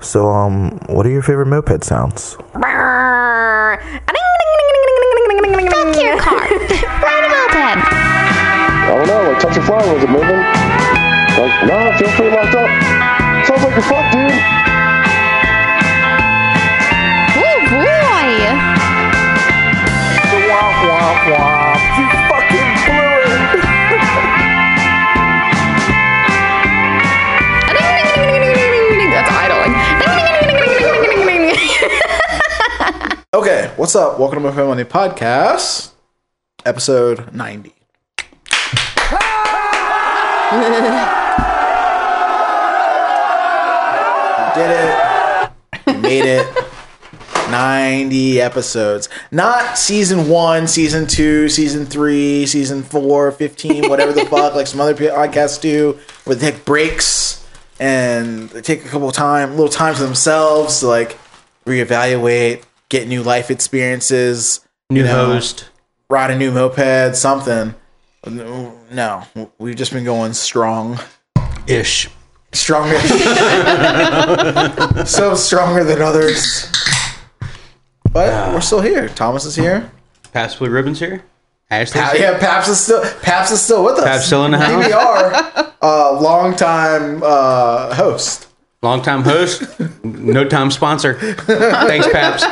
So, um, what are your favorite moped sounds? Back to your car. Ride a moped. I don't know, like touch a flower, was it moving? Like, no, I feel pretty locked up. Sounds like you're fucked, dude. Oh boy. You fucking blew it! That's idling. Okay, what's up? Welcome to my family podcast, episode ninety. We did it? We made it. Ninety episodes, not season one, season two, season three, season four, fifteen, whatever the fuck, like some other podcasts do, where they take breaks and they take a couple time, little time to themselves, to like reevaluate, get new life experiences, New you know, host. ride a new moped, something. No, we've just been going strong, Ish. stronger, so stronger than others. But we're still here. Thomas is here. Passwood Ribbons here. Ashley. Pa- yeah, Paps is still Paps is still with us. Paps still in the house? DVR, uh, longtime uh, host. Longtime host. no time sponsor. Thanks, Paps.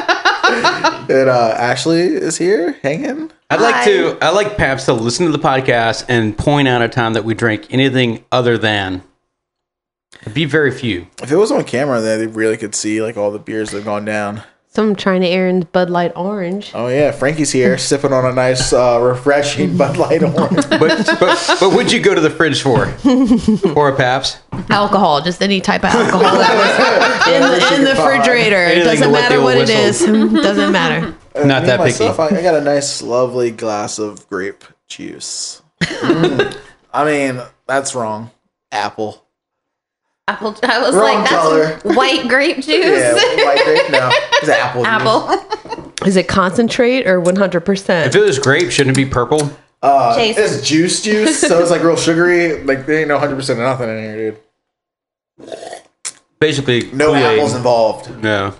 And uh, Ashley is here, hanging. I'd like to I like Paps to listen to the podcast and point out a time that we drank anything other than it'd be very few. If it was on camera, then they really could see like all the beers that have gone down. Some trying to Aaron's Bud Light Orange. Oh yeah, Frankie's here, sipping on a nice, uh, refreshing Bud Light orange. But but, but would you go to the fridge for? Or a Paps? Uh, Alcohol, just any type of alcohol that was in the, in the refrigigerator. It Anything to doesn't let the matter what old it is. doesn't matter. Not Me that picky. myself, I, I got a nice, lovely glass of grape juice. Mm. I mean, that's wrong. Apple. Apple. I was Wrong like, color. that's white grape Yeah, juice. white grape. No, it's apple. juice. Apple. Is it concentrate or one hundred If percent? it was grape, shouldn't it be purple? Uh, Jason. it's juice juice, so it's like real sugary. Like there ain't no hundred percent of nothing in here, dude. Basically, No Kool-Aid. apples involved. No.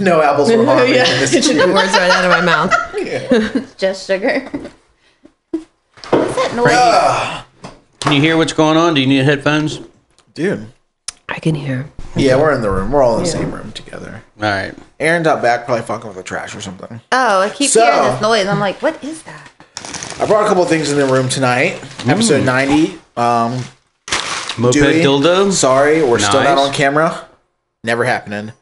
No apples were Oh harmed. yeah, in this it took the juice. words right out of my mouth. Just sugar. What's that noise? Can you hear what's going on? Do you need headphones? All dude. I can hear. Yeah, we're in the room. We're all in the same room together. right. Aaron's out back, probably fucking with the trash or something. Oh, I keep So- hearing this noise. I'm like, what is that? I brought a couple things in the room tonight. Mm. Episode ninety. Um, Moped Dewey, dildo. Sorry, we're still not Nice. on camera. Never happening.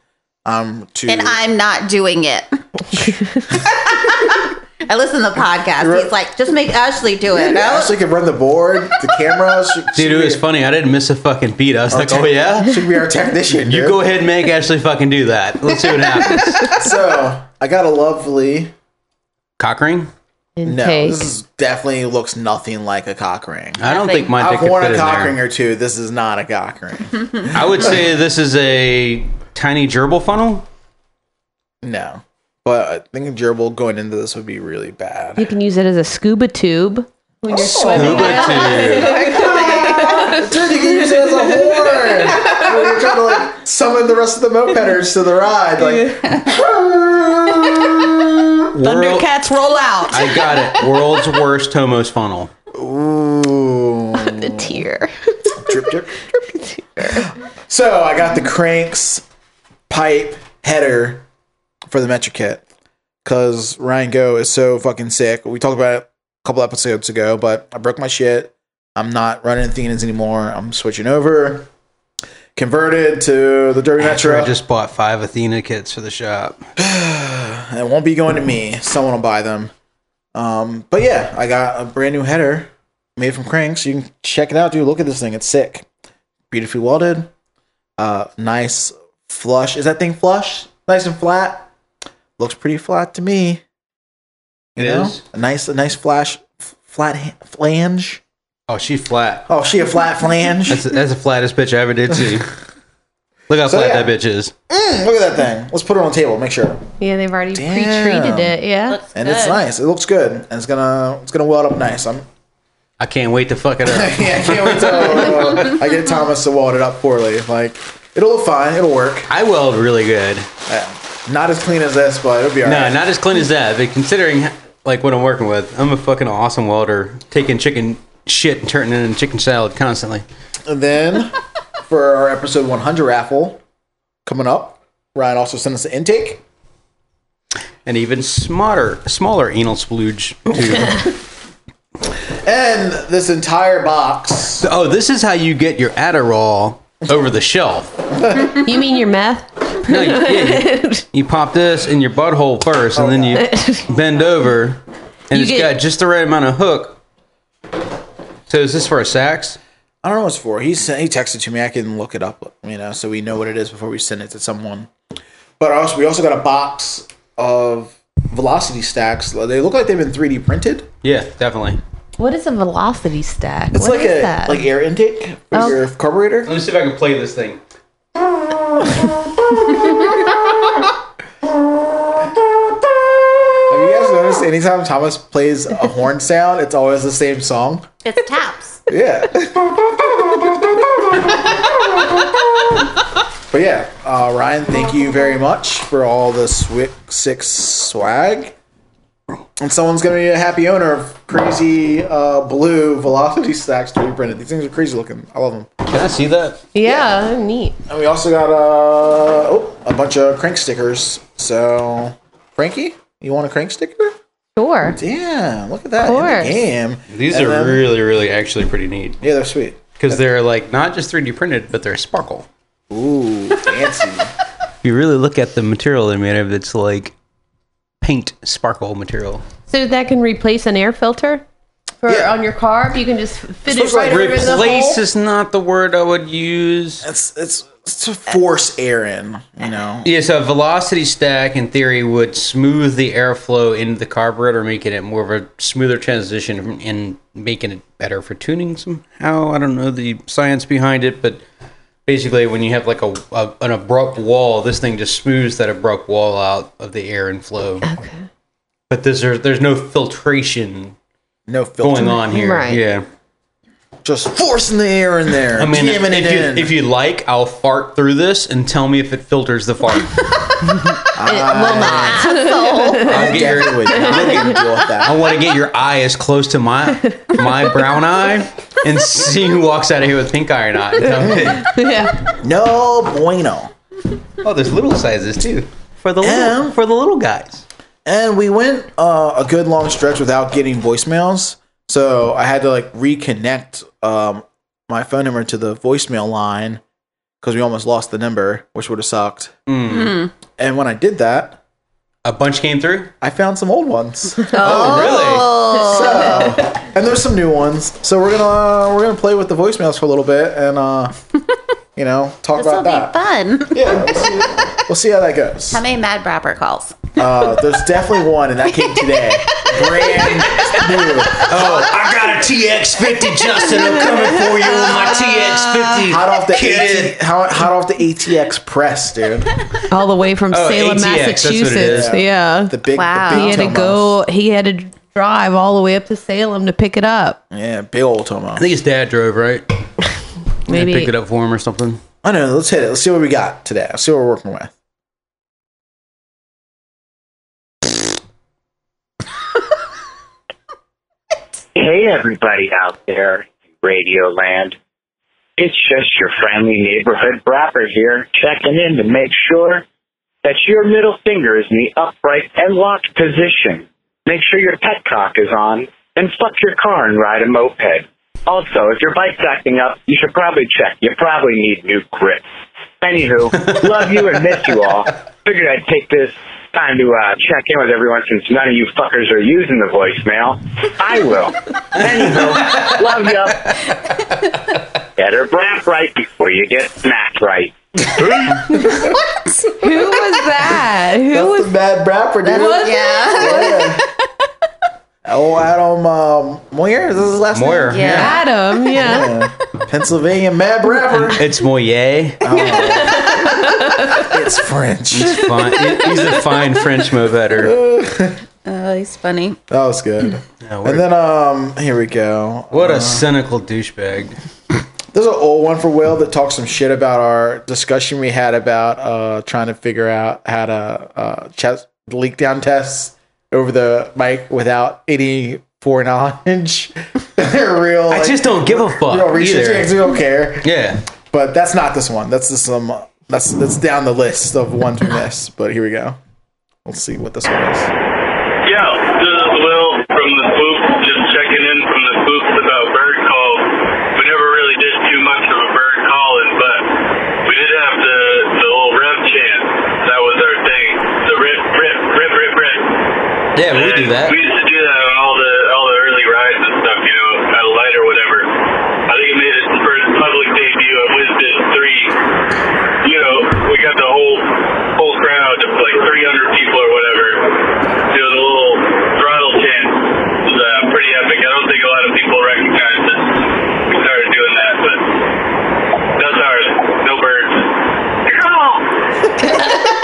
Um, to And I'm not doing it. I listen to the podcast. He's like, just make Ashley do it. I was Ashley could run the board, the camera. She, she Dude, it was could- funny. I didn't miss a fucking beat. I was like, oh yeah? She could be our technician. You dude. go ahead and make Ashley fucking do that. Let's see what happens. So I got a lovely. Cock ring? No, Take. this is definitely looks nothing like a cock ring. I don't think my dick I've could worn fit a in cock ring there. or two. This is not a cock ring. I would say this is a tiny gerbil funnel. no, but I think a gerbil going into this would be really bad. You can use it as a scuba tube when Oh. you're swimming. But Dude, you can use it as a horn. When you're trying to like summon the rest of the mopeders to the ride. Like, to world, Thundercats roll out. I got it. World's worst Tomos funnel. ooh. The tear. drip, drip, drip. So I got the cranks pipe header for the Metro Kit because Ryan Go is so fucking sick. We talked about it a couple episodes ago, but I broke my shit. I'm not running Athenas anymore. I'm switching over. Converted to the Derby Sure, Metro. I just bought five Athena kits for the shop. it won't be going to me. Someone will buy them. Um, but yeah, I got a brand new header made from cranks. You can check it out, dude. Look at this thing. It's sick. Beautifully welded. Uh, nice flush. Is that thing flush? Nice and flat. Looks pretty flat to me. You It know? is? A nice, a nice flash, f- flat ha- flange. Oh, she's flat. Oh, she a flat flange. That's, that's the flattest bitch I ever did see. Look how flat yeah. that bitch is. Mm, look at that thing. Let's put it on the table. Make sure. Yeah, they've already Damn. pre-treated it. Yeah. And it's nice. It looks good. And it's gonna, it's gonna weld up nice. I'm, I can't wait to fuck it up. yeah, I can't wait till uh, I get Thomas to weld it up poorly. Like, It'll look fine. It'll work. I weld really good. Yeah. Not as clean as this, but it'll be alright. No, not as clean as that, but considering like what I'm working with, I'm a fucking awesome welder, taking chicken shit and turning it into chicken salad constantly. And then for our episode 100 raffle coming up, Ryan also sent us an intake. An even smarter, smaller anal splooge. Too. And this entire box. oh, this is how you get your Adderall over the shelf. You mean your meth? No, you, yeah, you- you pop this in your butthole first, and then you bend over, and You it's get- got just the right amount of hook. So is this for a sax? I don't know what's for. He sent, he texted to me. I can look it up, you know, so we know what it is before we send it to someone. But also, we also got a box of velocity stacks. They look like they've been 3D printed. Yeah, definitely. What is a velocity stack? It's What like is a that? like air intake for Oh. your carburetor. Let me see if I can play this thing. Have you guys noticed anytime Thomas plays a horn sound, it's always the same song? It's taps. Yeah. but yeah, uh, Ryan, thank you very much for all the Swick Six swag. And someone's gonna be a happy owner of crazy uh, blue velocity stacks 3D printed. These things are crazy looking. I love them. Can I see that? yeah, neat. And we also got uh, oh, a bunch of crank stickers. So, Frankie, you want a crank sticker? Sure. Yeah, look at that in Of the course. game. These And are then- really, really actually pretty neat yeah, they're sweet. because they're like not just 3D printed, but they're sparkle. Ooh, fancy. If you really look at the material they're made of, it's like paint sparkle material. So that can replace an air filter for Yeah. on your carb. You can just fit Supposed it to, like, right over the Replace hole. is not the word I would use. it's it's it's to force air in, you know. Yeah, so a velocity stack in theory would smooth the airflow into the carburetor, making it more of a smoother transition and making it better for tuning somehow. I don't know the science behind it, but basically, when you have like a, a an abrupt wall, this thing just smooths that abrupt wall out of the air and flow. Okay. But there's there's, there's no filtration No filter, going on here. Right. Yeah. just forcing the air in there, I mean, if, jamming it in. you, if you like, I'll fart through this and tell me if it filters the fart. Ah. I'll I get your- definitely would not deal with I that. want to get your eye as close to my my brown eye and see who walks out of here with pink eye or not. Yeah. No bueno. oh, there's little sizes too for the little, Yeah. for the little guys. And we went uh, a good long stretch without getting voicemails, so I had to like reconnect um, my phone number to the voicemail line because we almost lost the number, which would have sucked. Mm. Mm-hmm. And when I did that, A bunch came through. I found some old ones. Oh, So, and there's some new ones. So we're gonna uh, we're gonna play with the voicemails for a little bit and uh, you know talk This'll about that. be fun. Yeah, we'll see, we'll see how that goes. How many mad rapper calls? Uh, there's definitely one, and that came today, brand new. Oh, I got a TX50, Justin. I'm coming for you with my TX50. hot off the AT, hot, hot off the ATX press, dude. All the way from Oh, Salem, ATX, that's what it Massachusetts. is. Yeah. The big, Wow. the big he had to Tomos. go. He had to drive all the way up to Salem to pick it up. Yeah, big old Tomo. I think his dad drove right. Maybe. They picked it up for him or something. I know. Let's hit it. Let's see what we got today. Let's see what we're working with. Hey, everybody out there in Radio Land. It's just your friendly neighborhood rapper here checking in to make sure that your middle finger is in the upright and locked position. Make sure your petcock is on and fuck your car and ride a moped. Also, if your bike's acting up, you should probably check. You probably need new grips. Anywho, love you and miss you all. Figured I'd take this time to uh, check in with everyone since none of you fuckers are using the voicemail. I will. Anywho, love you. Better rap right before you get smacked right. Who was that? Who That's was the bad rapper, dude. Yeah. Yeah. Oh, Adam um, Moyer. Is this his last name? Moyer. Yeah. Adam? Yeah. Pennsylvania Mad Rapper. It's Moyer. It's French. That Fine. he- He's a fine French movetter. Oh, he's funny. was good. No, we're- And then um here we go. what a cynical douchebag. There's an old one for Will that talks some shit about our discussion we had about uh, trying to figure out how to uh, chest leak down tests over the mic without any foreknowledge. They're real. I like, just don't give a fuck real research. either. We don't care. Yeah. But that's not this one. That's this um. That's that's down the list of ones we missed. But here we go. Let's see what this one is. Yeah, this is Will from the Spoop, just checking in from the Spoops about bird calls. We never really did too much of a bird calling, but we did have the, the old rev chant. That was our thing. The rip, rip, rip, rip, rip. Yeah, we do And that. We used to do that on all the all the early rides and stuff, you know, at a light or whatever. I think it made its first public debut at Wisden three. You know, we got the whole whole crowd of like three hundred people or whatever. It was a little throttle chant. It was uh, pretty epic. I don't think a lot of people recognized it. We started doing that, but that's ours. No birds.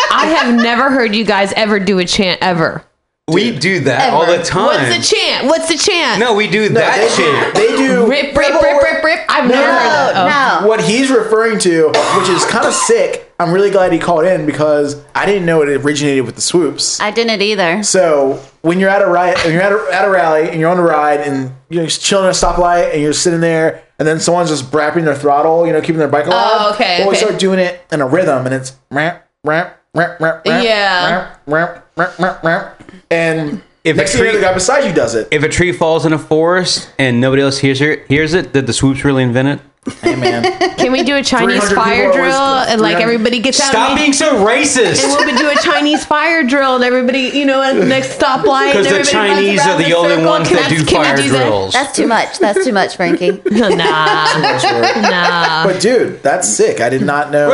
I have never heard you guys ever do a chant ever. We do that all the time. What's the chant? What's the chant? No, we do that they shit. Do, they do Rip, rip, rip, rip, rip. I've never heard that. Oh. No, no. What he's referring to, which is kind of sick. I'm really glad he called in because I didn't know it originated with the swoops. I didn't either. So when you're at a riot, when you're at a, at a rally, and you're on a ride, and you're just chilling at a stoplight, and you're sitting there, and then someone's just brapping their throttle, you know, keeping their bike alive. Oh, okay, Well, we okay. start doing it in a rhythm, and it's ramp, ramp, ramp, ramp, ramp, Yeah. ramp, ramp, ramp, ramp, ramp, and If next a thing you know, tree- the guy beside you does it. If a tree falls in a forest and nobody else hears it, hears it, did the swoops really invent it? Hey man, Can we do a Chinese 300 fire people drill always- and like 300 everybody gets out? Stop and we- being so And racist. we'll do a Chinese fire drill and everybody, you know, at the next stoplight. Because the everybody runs Chinese around are in the a only circle. ones Can that I- do can I fire that? drills. That's too much. That's too much, Frankie. Nah, That's right. nah. but dude, that's sick. I did not know.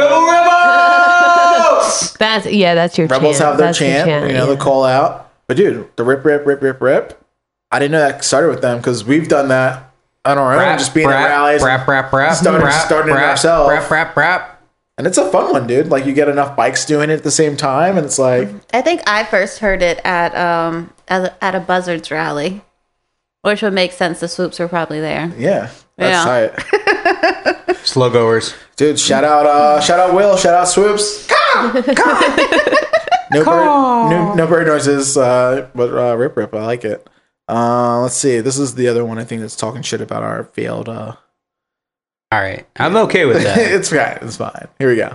That's yeah, that's your Rebels chant. have their That's your chant, you know, yeah. the call out. But dude, the rip, rip, rip, rip, rip. I didn't know that started with them because we've done that on our own, Rap, just being rap, at rallies, rap, rap, rap, starting- rap, starting it rap, ourselves. Rap, rap, rap. and it's a fun one, dude. Like you get enough bikes doing it at the same time, and it's like I think I first heard it at um at a, at a buzzards rally, which would make sense. The swoops were probably there. yeah, that's Yeah. tight, Slow goers. dude. Shout out, uh, shout out, Will. Shout out, Swoops. no bird, no, no bird noises, uh, but uh, rip, rip. I like it. Uh, let's see. This is the other one I think that's talking shit about our failed. Uh, All right. I'm okay with that. it's fine. It's fine. Here we go.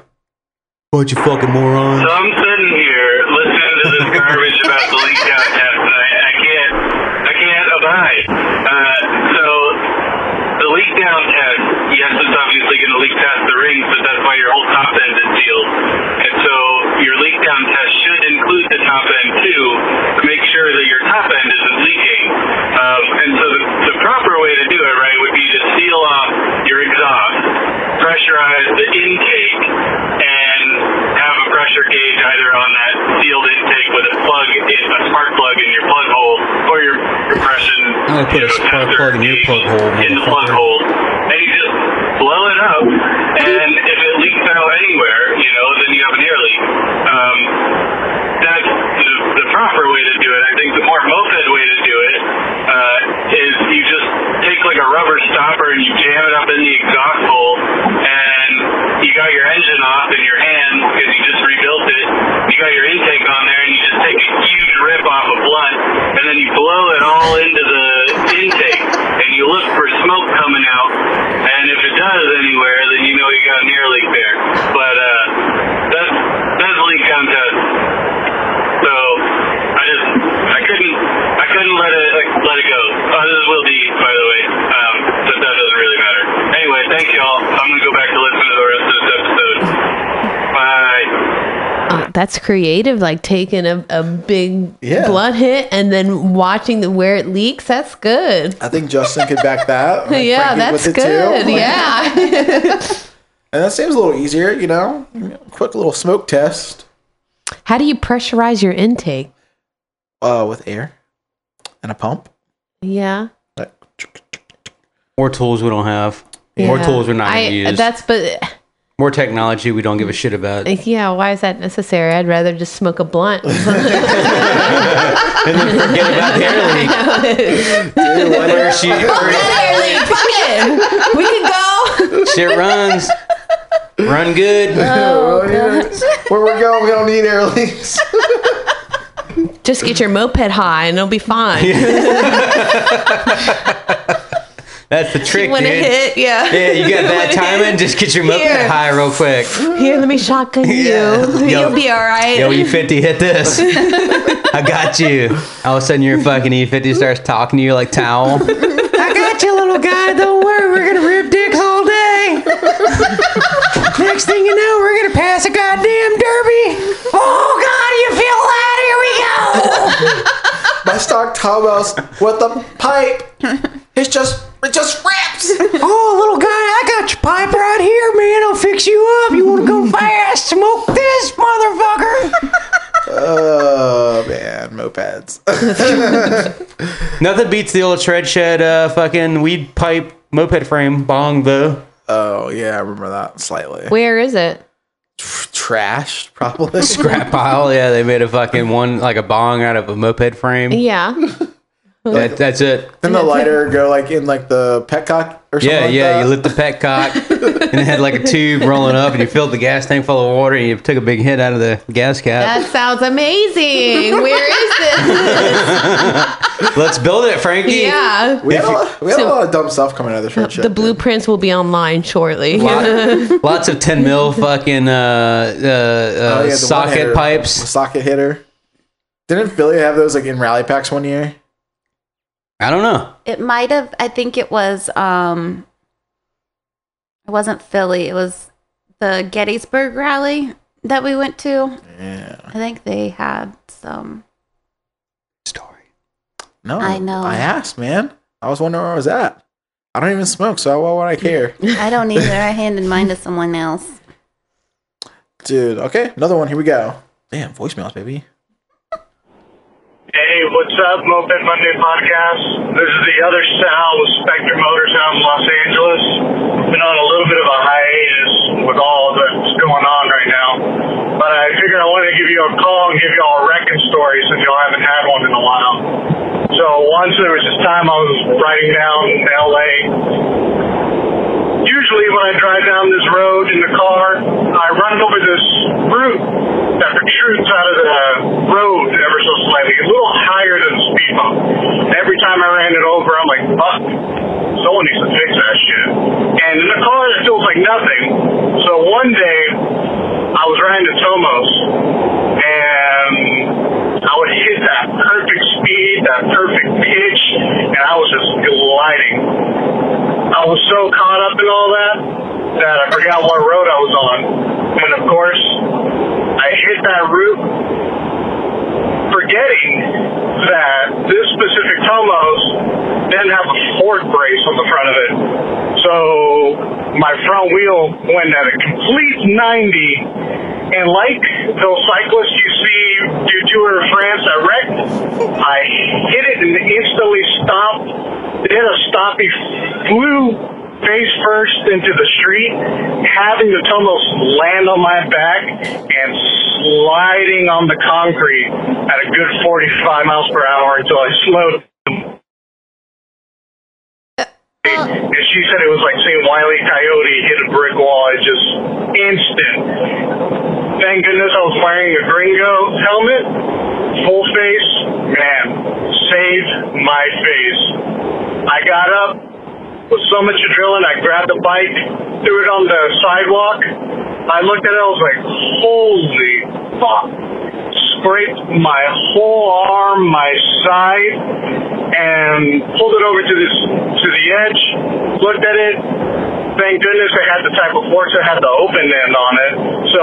What you fucking moron? So I'm sitting here listening to this garbage about the leak out test, and I, I can't, I can't abide. Uh, so the leak down test, yes, it's obviously going to leak past the rings, but that's why your whole top end is sealed. And so your leak down test should include the top end too, to make sure that your top end isn't leaking. Um, and so the, the proper way to do it, right, would be to seal off your exhaust, pressurize the intake, and have a pressure gauge either on that sealed intake with a plug, in, a spark plug in your plug hole, or your compression. I'm gonna put a spark sensor plug in your gauge plug hole, In the plug motherfucker. hole, and you just blow it up. And if it leaks out anywhere, you know, then you have an air leak. Um, that's the, the proper way to do it. I think the more moped way to do it uh, is you just take like a rubber stopper and you jam it up in the exhaust hole, and you got your engine off in your hand because you just rebuilt it. You got your intake on there, and you just take a huge rip off a blunt, and then you blow it all into the intake, and you look for smoke coming out. And if it does anywhere, then you know you got an air leak there. But uh, that's that's leak contest. So I just I couldn't I couldn't let it let it go. Oh, this is Will D, by the way. Um, but that doesn't really matter. Anyway, thank y'all. I'm gonna go back to listening to the rest of this episode. Bye. Uh, that's creative. Like taking a, a big Yeah. blood hit and then watching the, where it leaks. That's good. I think Justin could back that. Like, yeah, Frankie that's with it too. good. Like, yeah. And that seems a little easier, you know? Quick little smoke test How do you pressurize your intake? uh, with air and a pump. Yeah. Like, More tools we don't have. More Yeah. tools we're not I, going to use. That's but More technology we don't give a shit about. yeah. Why is that necessary? I'd rather just smoke a blunt. Forget about the air leak. dude, what Where air- she, where- Fuck it. We can go. Shit runs. Run Uh, good. Where we're going, we don't need air leaks. Just get your moped high and it'll be fine. That's the trick, when dude. it hit, yeah. Yeah, you got When that it timing. hit, Just get your moped Here. high real quick. Here, let me shotgun Yeah. you. Yo. You'll be all right. Yo, E fifty, hit this. I got you. All of a sudden, your fucking E fifty starts talking to you like towel. I got you, little guy. Don't worry, we're gonna rip dicks all day. Next thing you know, we're gonna pass a goddamn derby. Oh God, you feel that? Here we go. My stock Thomas with the pipe. It's just it just rips. Oh, little guy, I got your pipe right here, man. I'll fix you up. You want to go fast? Smoke this, motherfucker. Oh man, mopeds. Nothing beats the old shred shed uh, fucking weed pipe moped frame bong, though. Oh yeah, I remember that slightly. Where is it? Trashed, probably. Scrap pile. Yeah, they made a fucking one, like a bong out of a moped frame. Yeah. That, that's it. Didn't the lighter go like in like the petcock or something? Yeah, like yeah. that? You lit the pet cock and it had like a tube rolling up and you filled the gas tank full of water and you took a big hit out of the gas cap. That sounds amazing. Where is this? Let's build it, Frankie. Yeah. We had, a lot, we had a lot of dumb stuff coming out of the shred shed. The blueprints will be online shortly. Lot- lots of 10 mil fucking uh, uh, uh, Oh, yeah, the socket one-hitter. pipes. socket hitter. Didn't Philly have those like in rally packs one year? I don't know. It might have. I think it was. um It wasn't Philly. It was the Gettysburg rally that we went to. Yeah. I think they had some. Story. No, I know. I asked, man. I was wondering where I was at. I don't even smoke, so why would I care, I don't either. I handed mine to someone else. dude? Okay, another one. Here we go. Damn, voicemails, baby. Hey, what's up, Moped Monday podcast? This is the other Sal with Spectre Motors out in Los Angeles. Been on a little bit of a hiatus with all that's going on right now, but I figured I wanted to give you a call and give you all a wrecking story since y'all haven't had one in a while. So once there was this time I was riding down in LA. Usually when I drive down this road in the car, I run over this root that protrudes out of the road ever so slightly, a little higher than the speed bump. Every time I ran it over, I'm like, fuck, someone needs to fix that shit. And in the car, it feels like nothing. So one day, I was riding to Tomos, and I would hit that perfect speed, that perfect pitch, and I was just gliding. I was so caught up in all that that I forgot what road I was on. And of course, I hit that route, forgetting that this specific Tomos didn't have a fork brace on the front of it. So my front wheel went at a complete 90. And like those cyclists you see do Tour de France that wrecked, I hit it and instantly stopped. It hit a stop. He flew face first into the street, having the tumbles land on my back and sliding on the concrete at a good 45 miles per hour until I slowed. And she said it was like seeing Wiley Coyote hit a brick wall. It's just instant. Thank goodness I was wearing a gringo helmet, full face. Man, saved my face. I got up, with so much adrenaline, I grabbed the bike, threw it on the sidewalk. I looked at it, I was like, holy fuck. Scraped my whole arm, my side, and pulled it over to this to the edge, looked at it. Thank goodness I had the type of forks that had the open end on it. So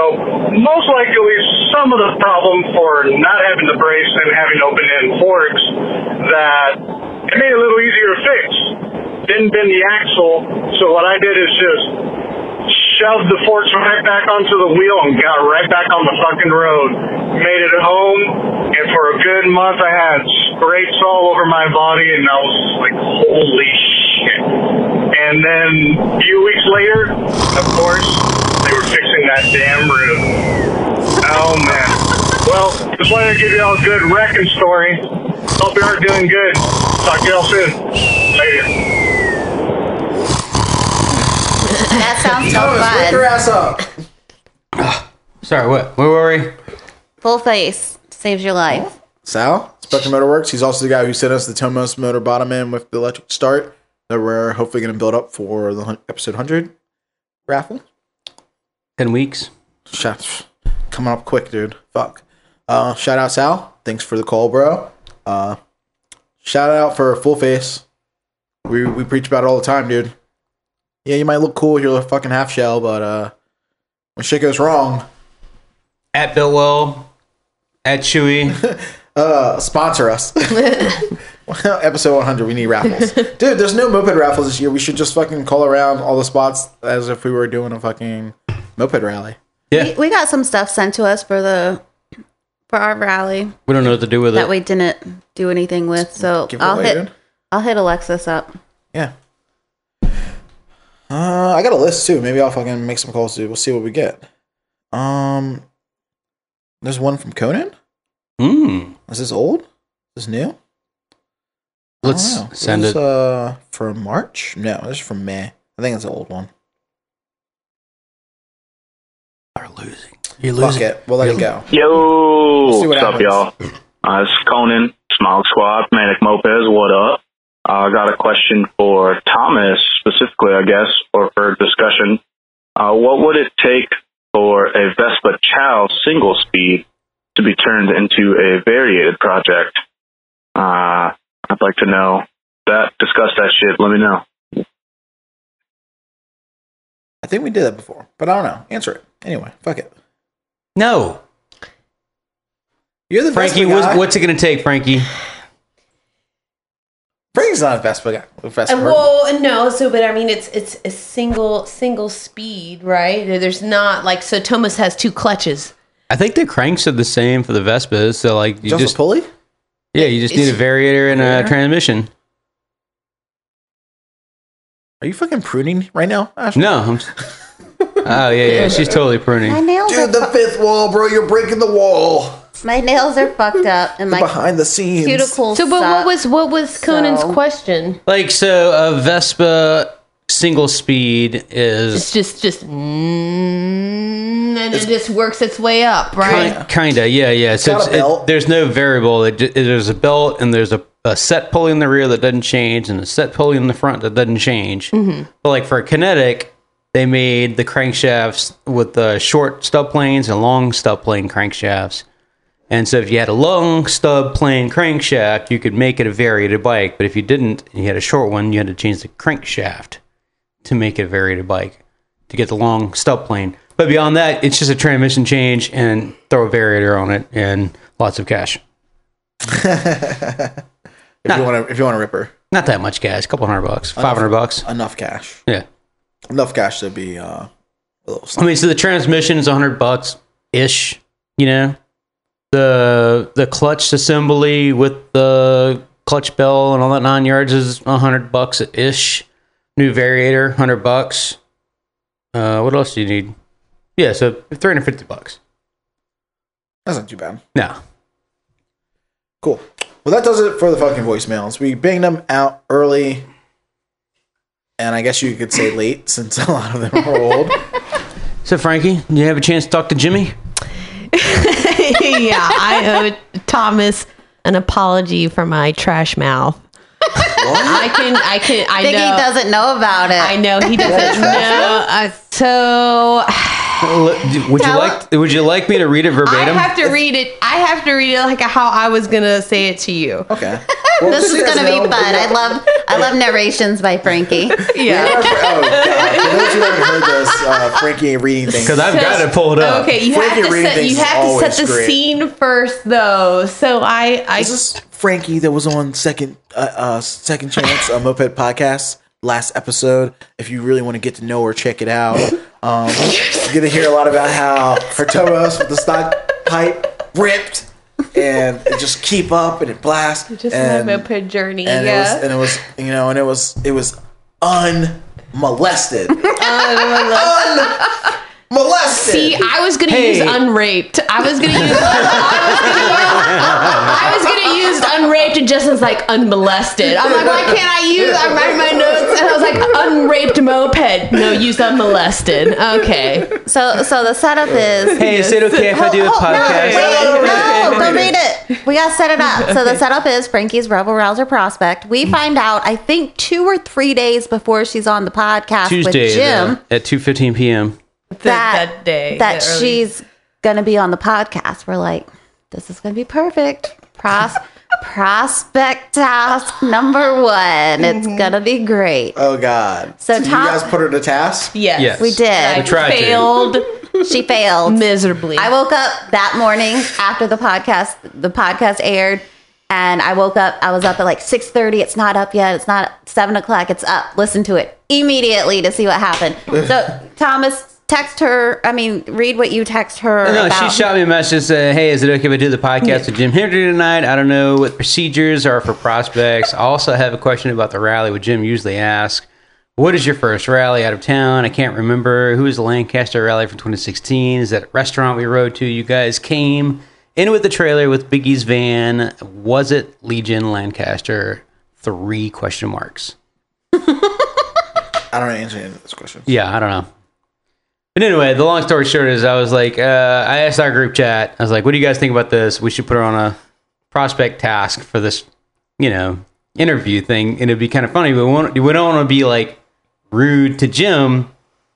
most likely some of the problem for not having the brace and having open end forks that it made it a little easier to fix didn't bend the axle. So what I did is just shoved the forks right back onto the wheel and got right back on the fucking road. Made it home, and for a good month I had scrapes all over my body, and I was like, holy shit. And then a few weeks later, of course, they were fixing that damn roof. Oh man. Well, just wanted to give y'all a good wrecking story. Hope you are doing good. Talk to y'all soon. Later. That sounds so Thomas, whip your fun. ass up. Sorry, what? Where were we? Full face saves your life. Sal, Spectrum Motor Works. He's also the guy who sent us the Tomos motor bottom end with the electric start that we're hopefully going to build up for the hun- episode 100 raffle. Ten weeks. Shots coming up quick, dude. Fuck. Uh, shout out Sal. Thanks for the call, bro. Uh, shout out for full face. We we preach about it all the time, dude. Yeah, you might look cool with your little fucking half shell, but uh, when shit goes wrong, At Biltwell. At Chewy. uh, sponsor us. Episode 100, we need raffles. Dude, there's no moped raffles this year. We should just fucking call around all the spots as if we were doing a fucking moped rally. Yeah. We got some stuff sent to us for the for our rally We don't know what to do with that it. we didn't do anything with. So Give it I'll away, hit dude. I'll hit Alexis up. Yeah. Uh, I got a list too. Maybe I'll fucking make some calls dude. We'll see what we get. Um, there's one from Conan. Hmm. Is this old? Is this new? I don't Let's know. send Is it. this, Uh, from March? No, this is from May. I think it's an old one. We're losing. You're Fuck losing. it. We'll let it go. Yo, Let's see what what's up, happens. y'all? Uh, it's Conan, Smile Squad, Manic Mopez. What up? I uh, got a question for Thomas specifically, I guess, or for discussion. Uh, what would it take for a Vespa Chow single speed to be turned into a variated project? Uh, I'd like to know that. Discuss that shit. Let me know. I think we did that before, but I don't know. Answer it anyway. Fuck it. No. You're the Frankie, Vespa what's, guy. what's it going to take, Frankie? Frankie's not a Vespa guy. A Vespa. Uh, Well, no. So, but I mean, it's it's a single single speed, right? There's not like so. Thomas has two clutches. I think the cranks are the same for the Vespas. So, like, you just, just, a pulley. yeah, you just need a It's- variator and a transmission. Are you fucking pruning right now? Ash? No. I'm s- oh, yeah, yeah. She's totally My pruning. nails Dude, are the fifth wall, bro. You're breaking the wall. my nails are fucked up and my Behind the scenes. cuticles. So, but what suck. was what was Conan's So- question? Like, so a Vespa single speed It's is just just mm, and it just works its way up, right? kind, kinda, yeah, yeah. So got a it's, it- belt. there's no variable. It, ju- there's a belt and there's a, a set pulley in the rear that doesn't change and a set pulley in the front that doesn't change. But like for a kinetic, they made the crankshafts with the short stub planes and long stub plane crankshafts. And so if you had a long stub plane crankshaft, you could make it a variated bike. But if you didn't, and you had a short one, you had to change the crankshaft to make it a variated bike to get the long stub plane. But beyond that, it's just a transmission change and throw a variator on it and lots of cash. if you want to, if you want to ripper, Not that much cash, a couple hundred bucks, five hundred bucks. enough cash, Yeah. enough cash to be uh, a little. I mean, so the transmission is hundred bucks ish. You know, the the clutch assembly with the clutch bell and all that nine yards is hundred bucks ish. New variator, hundred bucks. Uh, what else do you need? Yeah, so three hundred fifty bucks. That's not too bad. No, Cool. Well, that does it for the fucking voicemails. We banged them out early, and I guess you could say late since a lot of them are old. So, Frankie, do you have a chance to talk to Jimmy? yeah, I owe Thomas an apology for my trash mouth. I can, I can, I Biggie know. doesn't know about it. I know he doesn't know. Uh, so Would you like Would you like me to read it verbatim? I have to read it. I have to read it like how I was gonna say it to you. Okay. Well, just this is so you guys gonna be know, fun. I love I love narrations by Frankie. we Yeah. are- Oh, God. For those who haven't heard this, uh, Frankie ain't reading things. Because I've got it pulled up. Okay, you Frankie have to reading set things you is have to always set the great. scene first though. So I I This is Frankie that was on second uh, uh second chance a moped podcast last episode. If you really want to get to know her, check it out. Um, you're gonna hear a lot about how her turbos with the stockpipe ripped and it just keep up and it blasts. just and, have a put journey. and it was Yeah. and it was you know and it was it was unmolested. unmolested. See, I was gonna Hey. use unraped. I was gonna use I was gonna use I was gonna use unraped, and Justin's like unmolested. I'm like, why can't I use? I write my notes, and I was like, unraped moped. No, use unmolested. Okay. So, so the setup is. Oh, Hey, is it okay if I Oh, do a podcast? No, wait, no, don't read it. We gotta set it up. So the setup is Frankie's rebel rouser prospect. We find out, I think, two or three days before she's on the podcast Tuesday with Jim uh, at 2:15 p.m. That, that that day, that early- she's gonna be on the podcast. We're like, this is gonna be perfect. Pros- prospect task number one. It's Mm-hmm. gonna be great. Oh God. So you Tom- guys put her to task. Yes. Yes. We did. I We tried to. failed She failed. miserably. I woke up that morning after the podcast. The podcast aired, and I woke up. I was up at like six thirty. It's not up yet. It's not seven o'clock. It's up. Listen to it immediately to see what happened. So Thomas, text her. I mean, read what you text her. No, about. she shot me a message saying, "Hey, is it okay if I do the podcast with Jim Hendry tonight? I don't know what procedures are for prospects. I also have a question about the rally. What Jim usually asks: What is your first rally out of town? I can't remember. Who was the Lancaster rally from 2016? Is that a restaurant we rode to? You guys came in with the trailer with Biggie's van. Was it Legion Lancaster? Three question marks. I don't answer any of this question. Yeah, I don't know. But anyway, the long story short is I was like, uh, I asked our group chat, I was like, what do you guys think about this? We should put her on a prospect task for this, you know, interview thing. And it'd be kind of funny. We, won't, we don't want to be like rude to Jim,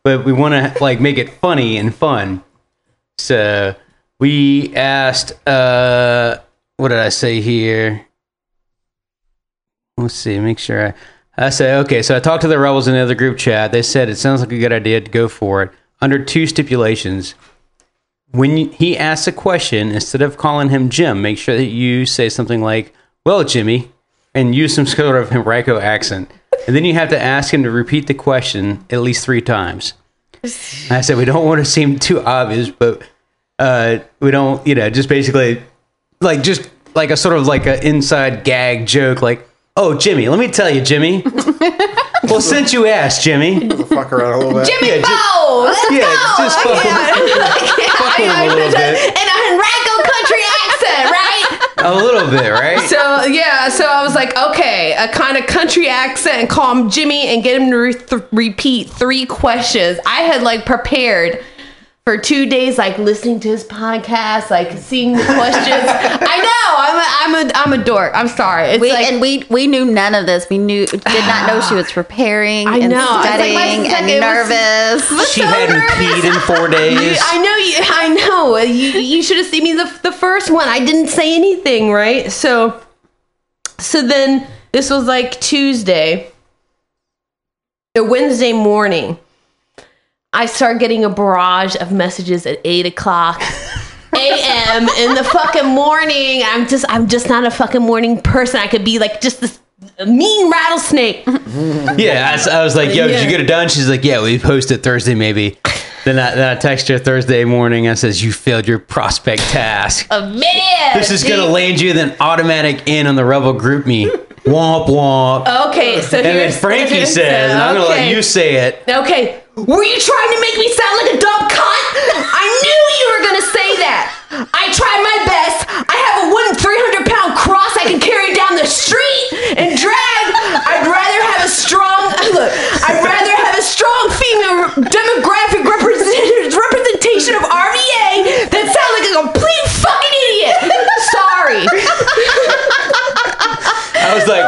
but we want to like make it funny and fun. So we asked, uh, what did I say here? Let's see, make sure I. I say, okay, so I talked to the rebels in the other group chat. They said it sounds like a good idea to go for it under two stipulations. When you, he asks a question, instead of calling him Jim, make sure that you say something like, well, Jimmy, and use some sort of Henrico accent. And then you have to ask him to repeat the question at least three times. And I said, we don't want to seem too obvious, but uh, we don't, you know, just basically like just like a sort of like an inside gag joke, like, oh, Jimmy, let me tell you, Jimmy. well, since you asked, Jimmy. Fuck around a little bit. Yeah, ju- oh, yeah, just fucking, fucking a little bit, in a Henrico country accent, right? a little bit, right? So yeah, so I was like, okay, a kind of country accent. Call him Jimmy and get him to re- th- repeat three questions. I had like prepared for two days, like listening to his podcast, like seeing the questions. I know I'm a I'm a I'm a dork. I'm sorry. It's We, like and we we knew none of this. We knew did not know she was preparing I and know. I was like, studying my second and nervous. She hadn't peed in four days. I know you. I know you. You should have seen me the the first one. I didn't say anything, right? So, so then this was like Tuesday or Wednesday morning. I start getting a barrage of messages at eight o'clock. a.m. in the fucking morning. I'm just I'm just not a fucking morning person. I could be like just this mean rattlesnake. Yeah, I s- I, was like, yo, did Yeah. you get it done? She's like, yeah, we post it Thursday maybe. Then I, then I text her Thursday morning. I says, you failed your prospect task. Uh, This is going to land you then automatic in on the Rebel Group Me. Womp womp. Oh, Okay, so and then here's Frankie here's- says, and I'm going to okay. let you say it. Okay. Were you trying to make me sound like a dumb cunt? I knew you were gonna say that. I tried my best. I have a wooden 300 pound cross I can carry down the street and drag. I'd rather have a strong look. I'd rather have a strong female demographic represent- representation of RVA than sound like a complete fucking idiot. Sorry. I was like,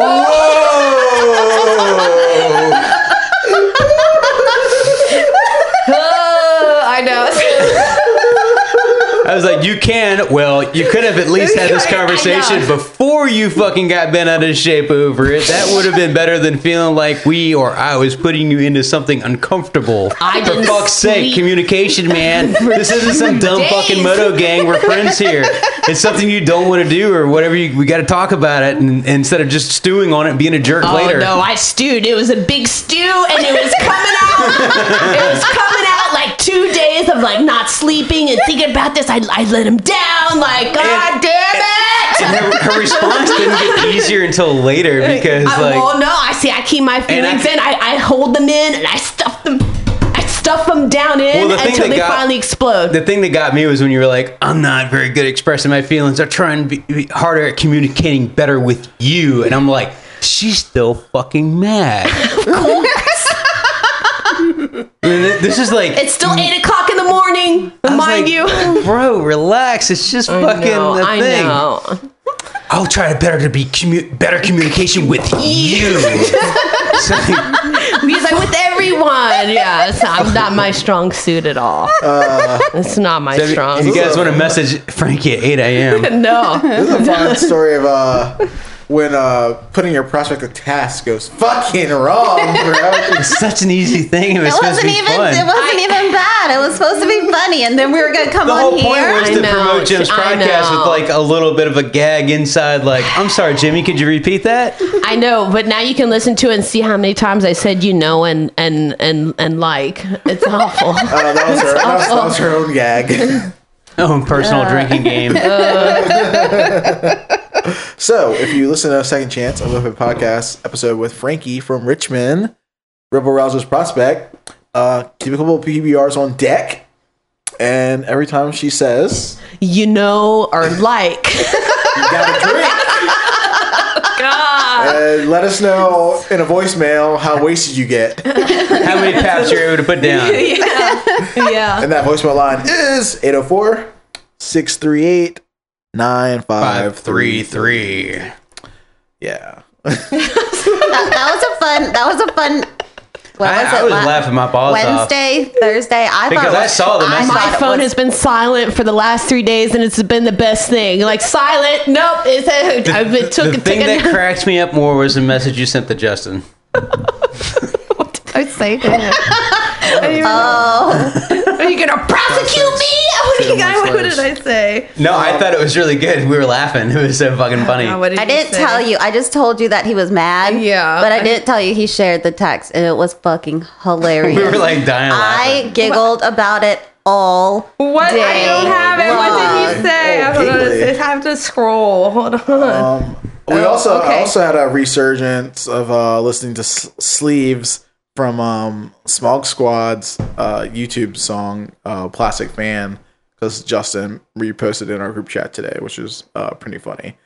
whoa! Oh, I know. I was like, you can. Well, you could have at least had this Right, I conversation know. before you fucking got bent out of shape over it. That would have been better than feeling like we or I was putting you into something uncomfortable. I For didn't fuck's sake, sleep. communication, man. This isn't some dumb days. fucking moto gang. We're friends here. It's something you don't want to do or whatever. You, we got to talk about it and, and instead of just stewing on it and being a jerk later. Oh no, I stewed. It was a big stew, and it was coming out. it was coming out like two days of like not sleeping and thinking about this. I, I let him down. Like God damn it! And her, her response didn't get easier until later because I, like well, no, I see. I keep my I feelings c- in. I, I hold them in, and I stuff them. I stuff stuff them down in Well, the thing until that they got- finally explode. The thing that got me was when you were like, I'm not very good at expressing my feelings. I try and be, be harder at communicating better with you. And I'm like, she's still fucking mad. of course. this is like, it's still eight o'clock in the morning. Mm. I was Mind like, you. Bro, relax. It's just I fucking know, the I thing. know. I'll try to better to be commu- better communication with you. It's like, Because I'm with everyone. Yeah, it's not, not my strong suit at all. it's not my strong if you suit. guys want to message Frankie at 8 a.m., no. This is a fun story of uh, when uh, putting your prospect to task goes fucking wrong, bro. it's such an easy thing. It was It supposed to wasn't be even. fun. It wasn't even bad. It was supposed to be funny, and then we were gonna come the on whole here. point was I to know, promote Jim's I podcast know. with like a little bit of a gag inside. Like, I'm sorry, Jimmy, could you repeat that? I know, but now you can listen to it and see how many times I said you know and and and and like. It's awful. Uh, that, was her, that, was, that was her own gag. Oh, personal drinking game. Oh. So, if you listen to Second Chance, a Muppet podcast episode with Frankie from Richmond, Rebel Rousers prospect, uh, keep a couple of PBRs on deck. And every time she says, you know or like. you got a drink. God. And let us know in a voicemail how wasted you get. How many paps you're able to put down? Yeah. Yeah. And that voicemail line is 804 638 9533. 533. Yeah. that, that was a fun. That was a fun. What I, was I it? was La- laughing my balls off. Wednesday, Thursday. I Because thought it I was- saw the message. thought My it phone was- has been silent for the last three days, and it's been the best thing. Like silent, nope. It's I've been took the thing that taken- cracked me up more was the message you sent to Justin. I was so good. Are you gonna prosecute me? What, do you guys- what did I say? No, I thought it was really good. We were laughing. It was so fucking funny. What did I you didn't say? tell you. I just told you that he was mad. Yeah. But I I- didn't tell you he shared the text, and it was fucking we hilarious. were like dying laughing. I giggled about it all What? day. I don't have it. What did long. he say? Oh, I don't know. giggly. I have to scroll. Hold on. Um, we also I okay. also had a resurgence of uh, listening to S- Sleeves from um, Smog Squad's uh, YouTube song uh, "Plastic Fan" because Justin reposted in our group chat today, which is uh, pretty funny.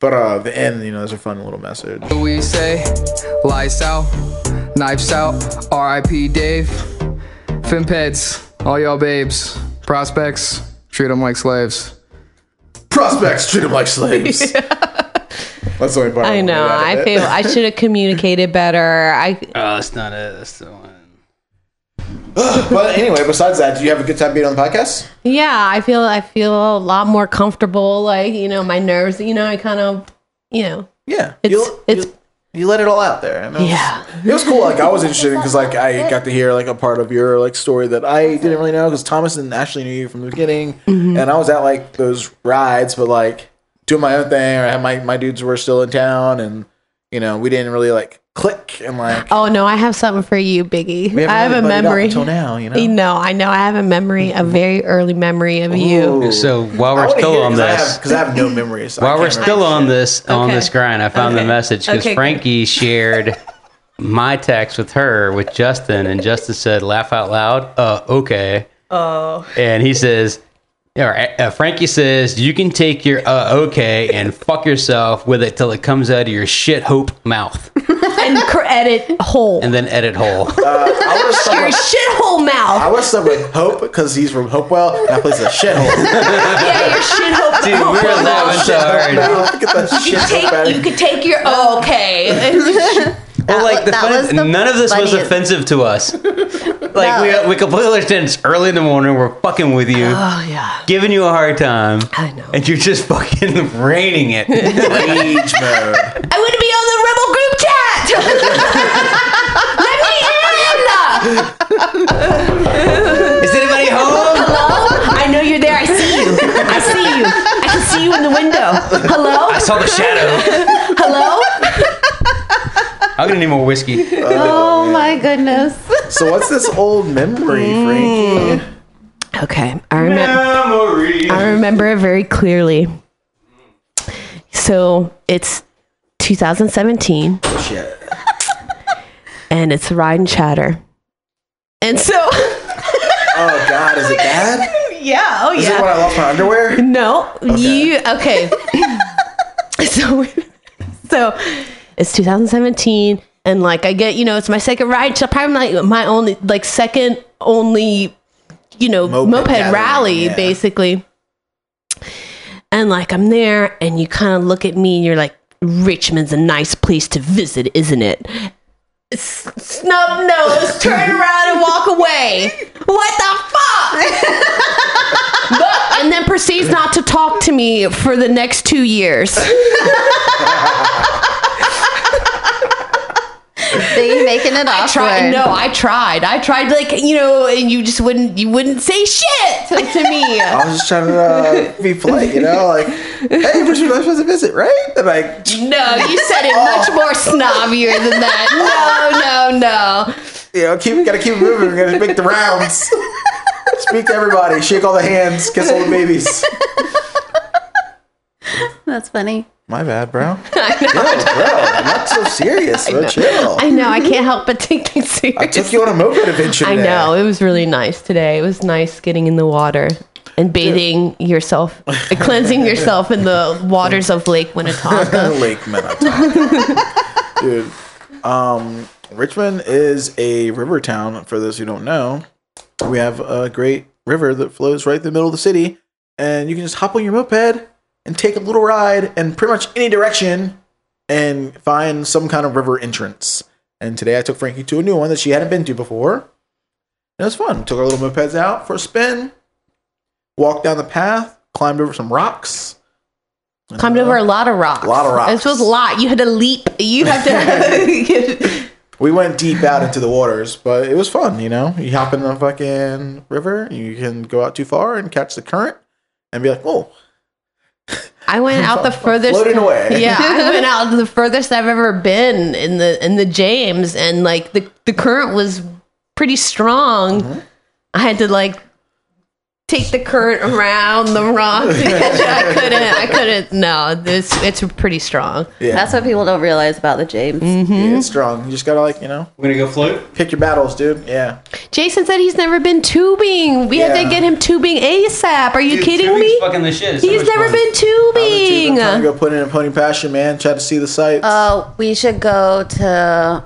But uh, the end, you know, is a fun little message. we say lights out knives out rip dave finpeds all y'all babes prospects treat them like slaves Prospects treat them like slaves. That's the only part I know. wanted out of I it. feel I should have communicated better. I oh, that's not it. That's the one. But anyway, besides that, do you have a good time being on the podcast? yeah. I feel I feel a lot more comfortable. Like you know, my nerves. You know, I kind of you know. Yeah, It's- You'll- it's- you'll- you let it all out there. and it was- Yeah. it was cool. Like I was interested because like I got to hear like a part of your like story that I didn't really know because Thomas and Ashley knew you from the beginning, Mm-hmm. and I was at like those rides, but like doing my own thing. Or I had my my dudes were still in town, and you know we didn't really like click and like. Oh no, I have something for you, Biggie. we haven't I have really a budded up memory. until now. You know. You know, I know. I have a memory, a very early memory of you. Ooh. So while I we're wanna still hear it on 'cause I this, have- cause I have no memories. I While we're can't remember. still on this on Okay. this grind, I found Okay. the message because Okay, good. Frankie shared my text with her with Justin, and Justin said, "Laugh out loud." Uh, okay. Oh. And he says, or uh, Frankie says, "You can take your uh, okay and fuck yourself with it till it comes out of your shit hope mouth, And credit hole. and then edit hole." Uh, I would've stuck Your with- shithole I mouth. was stuck with Hope because he's from Hopewell, and that place is a shithole. Yeah, your shithole. Dude, we were laughing so hard. Look at that You could take. You shithole. could take your okay. Well, like wa- the that fun- was the none of this was funniest- offensive to us. like we we completely understand it's early in the morning. We're fucking with you. oh yeah, giving you a hard time, I know. and you're just fucking raining it. Rage mode. I want to be on the Rebel group chat. Let me in. Is anybody home? I know you're there. I see you. I see you. I can see you in the window. Hello. I saw the shadow. Hello. I'm gonna need more whiskey. Oh my goodness. So what's this old memory, Frankie? Okay, I remember. I remember it very clearly. So it's 2017. Shit. and it's Ride and Chatter. And so Oh God, is it bad? yeah. Oh Is it when I lost my underwear? No, you okay? so, so it's 2017, and like I get, you know, it's my second ride. So probably like my only, like second only, you know, Moped moped, gathering, rally yeah. basically. And like I'm there, and you kind of look at me, and you're like, Richmond's a nice place to visit, isn't it? snub nose, turn around and walk away. What the fuck? Look, and then proceeds not to talk to me for the next two years. See, making it awkward. I tried. No, I tried. I tried. Like you know, and you just wouldn't. You wouldn't say shit to, to me. I was just trying to uh, be polite, you know, like, hey, Richard, I'm supposed to visit, right? And like, No, you said it much more snobbier than that. No, no, no. you know, keep gotta keep it moving. We're gonna make the rounds. Speak to everybody. Shake all the hands. Kiss all the babies. That's funny. My bad, bro. I'm not so serious. I Bro. know. Chill. I know. I can't help but take things seriously. I took you on a moped adventure. I today. know. It was really nice today. It was nice getting in the water and bathing yourself, cleansing yourself in the waters of Lake Winnetonka. Lake Minnetonka. Dude. Um, Richmond is a river town, for those who don't know. We have a great river that flows right in the middle of the city, and you can just hop on your moped and take a little ride in pretty much any direction and find some kind of river entrance. And today I took Frankie to a new one that she hadn't been to before. And it was fun. Took our little mopeds out for a spin, walked down the path, climbed over some rocks. Uh-huh. Climbed over a lot of rocks. A lot of rocks. This was a lot. You had to leap. You had to. We went deep out into the waters, but it was fun, you know? You hop in the fucking river, you can go out too far and catch the current and be like, oh, I went out the furthest. Floating away. Yeah, I went out the furthest I've ever been in the in the James, and like the the current was pretty strong. Uh-huh. I had to like take the current around the rock because I couldn't. I couldn't. No, this it's pretty strong. Yeah. That's what people don't realize about the James. Mm-hmm. yeah, it's strong. You just gotta, like, you know? We're gonna go float? Pick your battles, dude. Yeah. Jason said he's never been tubing. We had Yeah. to get him tubing ASAP. Are you kidding me? Fucking the shit. He's never been tubing. I'm trying to go put in a pony passion, man. Try to see the sights. Uh, Oh, we should go to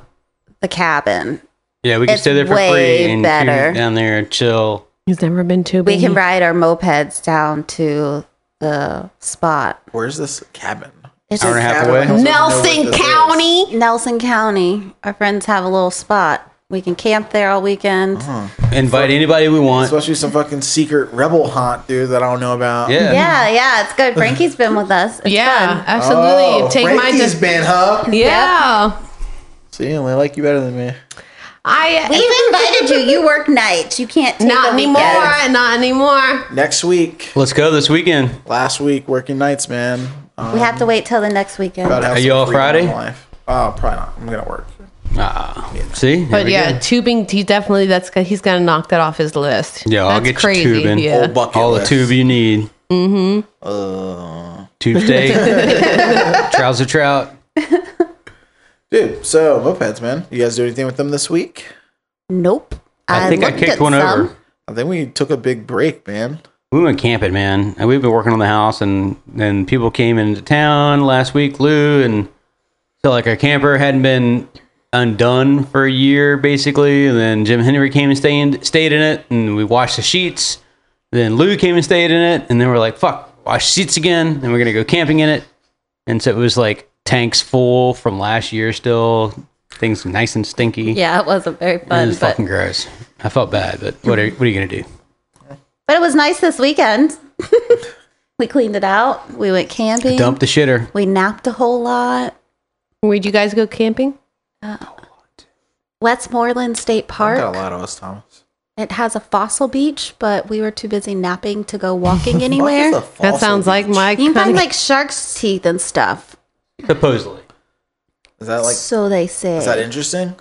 the cabin. Yeah, we can It's stay there for way free and better. shoot down there and chill. He's never been tubing. We can ride our mopeds down to the spot. Where's this cabin? It's Hour and a half cabin. away? I don't even know what Nelson this is. County. Nelson County. Our friends have a little spot. We can camp there all weekend. Oh. Invite anybody we want. Especially some fucking secret rebel haunt, dude, that I don't know about. Yeah. Yeah, yeah, it's good. Frankie's been with us. It's Yeah, fun. absolutely. Oh, Take my. Frankie's Dis- been, huh? yeah. See, and they like you better than me. I eh, We've invited you. You work nights. You can't take not a anymore. eh, weekend. Not anymore. Next week, Let's go this weekend. last week, working nights, man. Um, We have to wait till the next weekend. gotta have Are you some off freedom Friday? in Life. Oh, probably not. I'm gonna work. Ah, see? Here But we yeah, go. tubing. He definitely. That's got- he's gonna knock that off his list. Yeah, I'll That's get you tubing. Yeah. Whole bucket All the list. tube you need. Mm-hmm. Uh, Tuesday. Trouser trout. dude, so mopeds, man. You guys do anything with them this week? Nope. I think I looked kicked at one some. over. I think we took a big break, man. We went camping, man. And we've been working on the house, and then people came into town last week, Lou, and so like our camper hadn't been undone for a year, basically. And then Jim Henry came and stayed stayed in it, and we washed the sheets. Then Lou came and stayed in it, and then we're like, "Fuck, wash sheets again." And we're gonna go camping in it, and so it was like tanks full from last year, still things nice and stinky. Yeah, it wasn't very it fun, was but fucking gross. I felt bad, but what are what are you gonna do? but it was nice this weekend. we cleaned it out. We went camping. Dump the shitter. We napped a whole lot. Where'd you guys go camping? Westmoreland State I got Park. a lot of us, Thomas. It has a fossil beach, but we were too busy napping to go walking What anywhere. the That fossil sounds like beach? my. you can kinda- find like shark's teeth and stuff. Supposedly. Is that like? so they say. Is that interesting?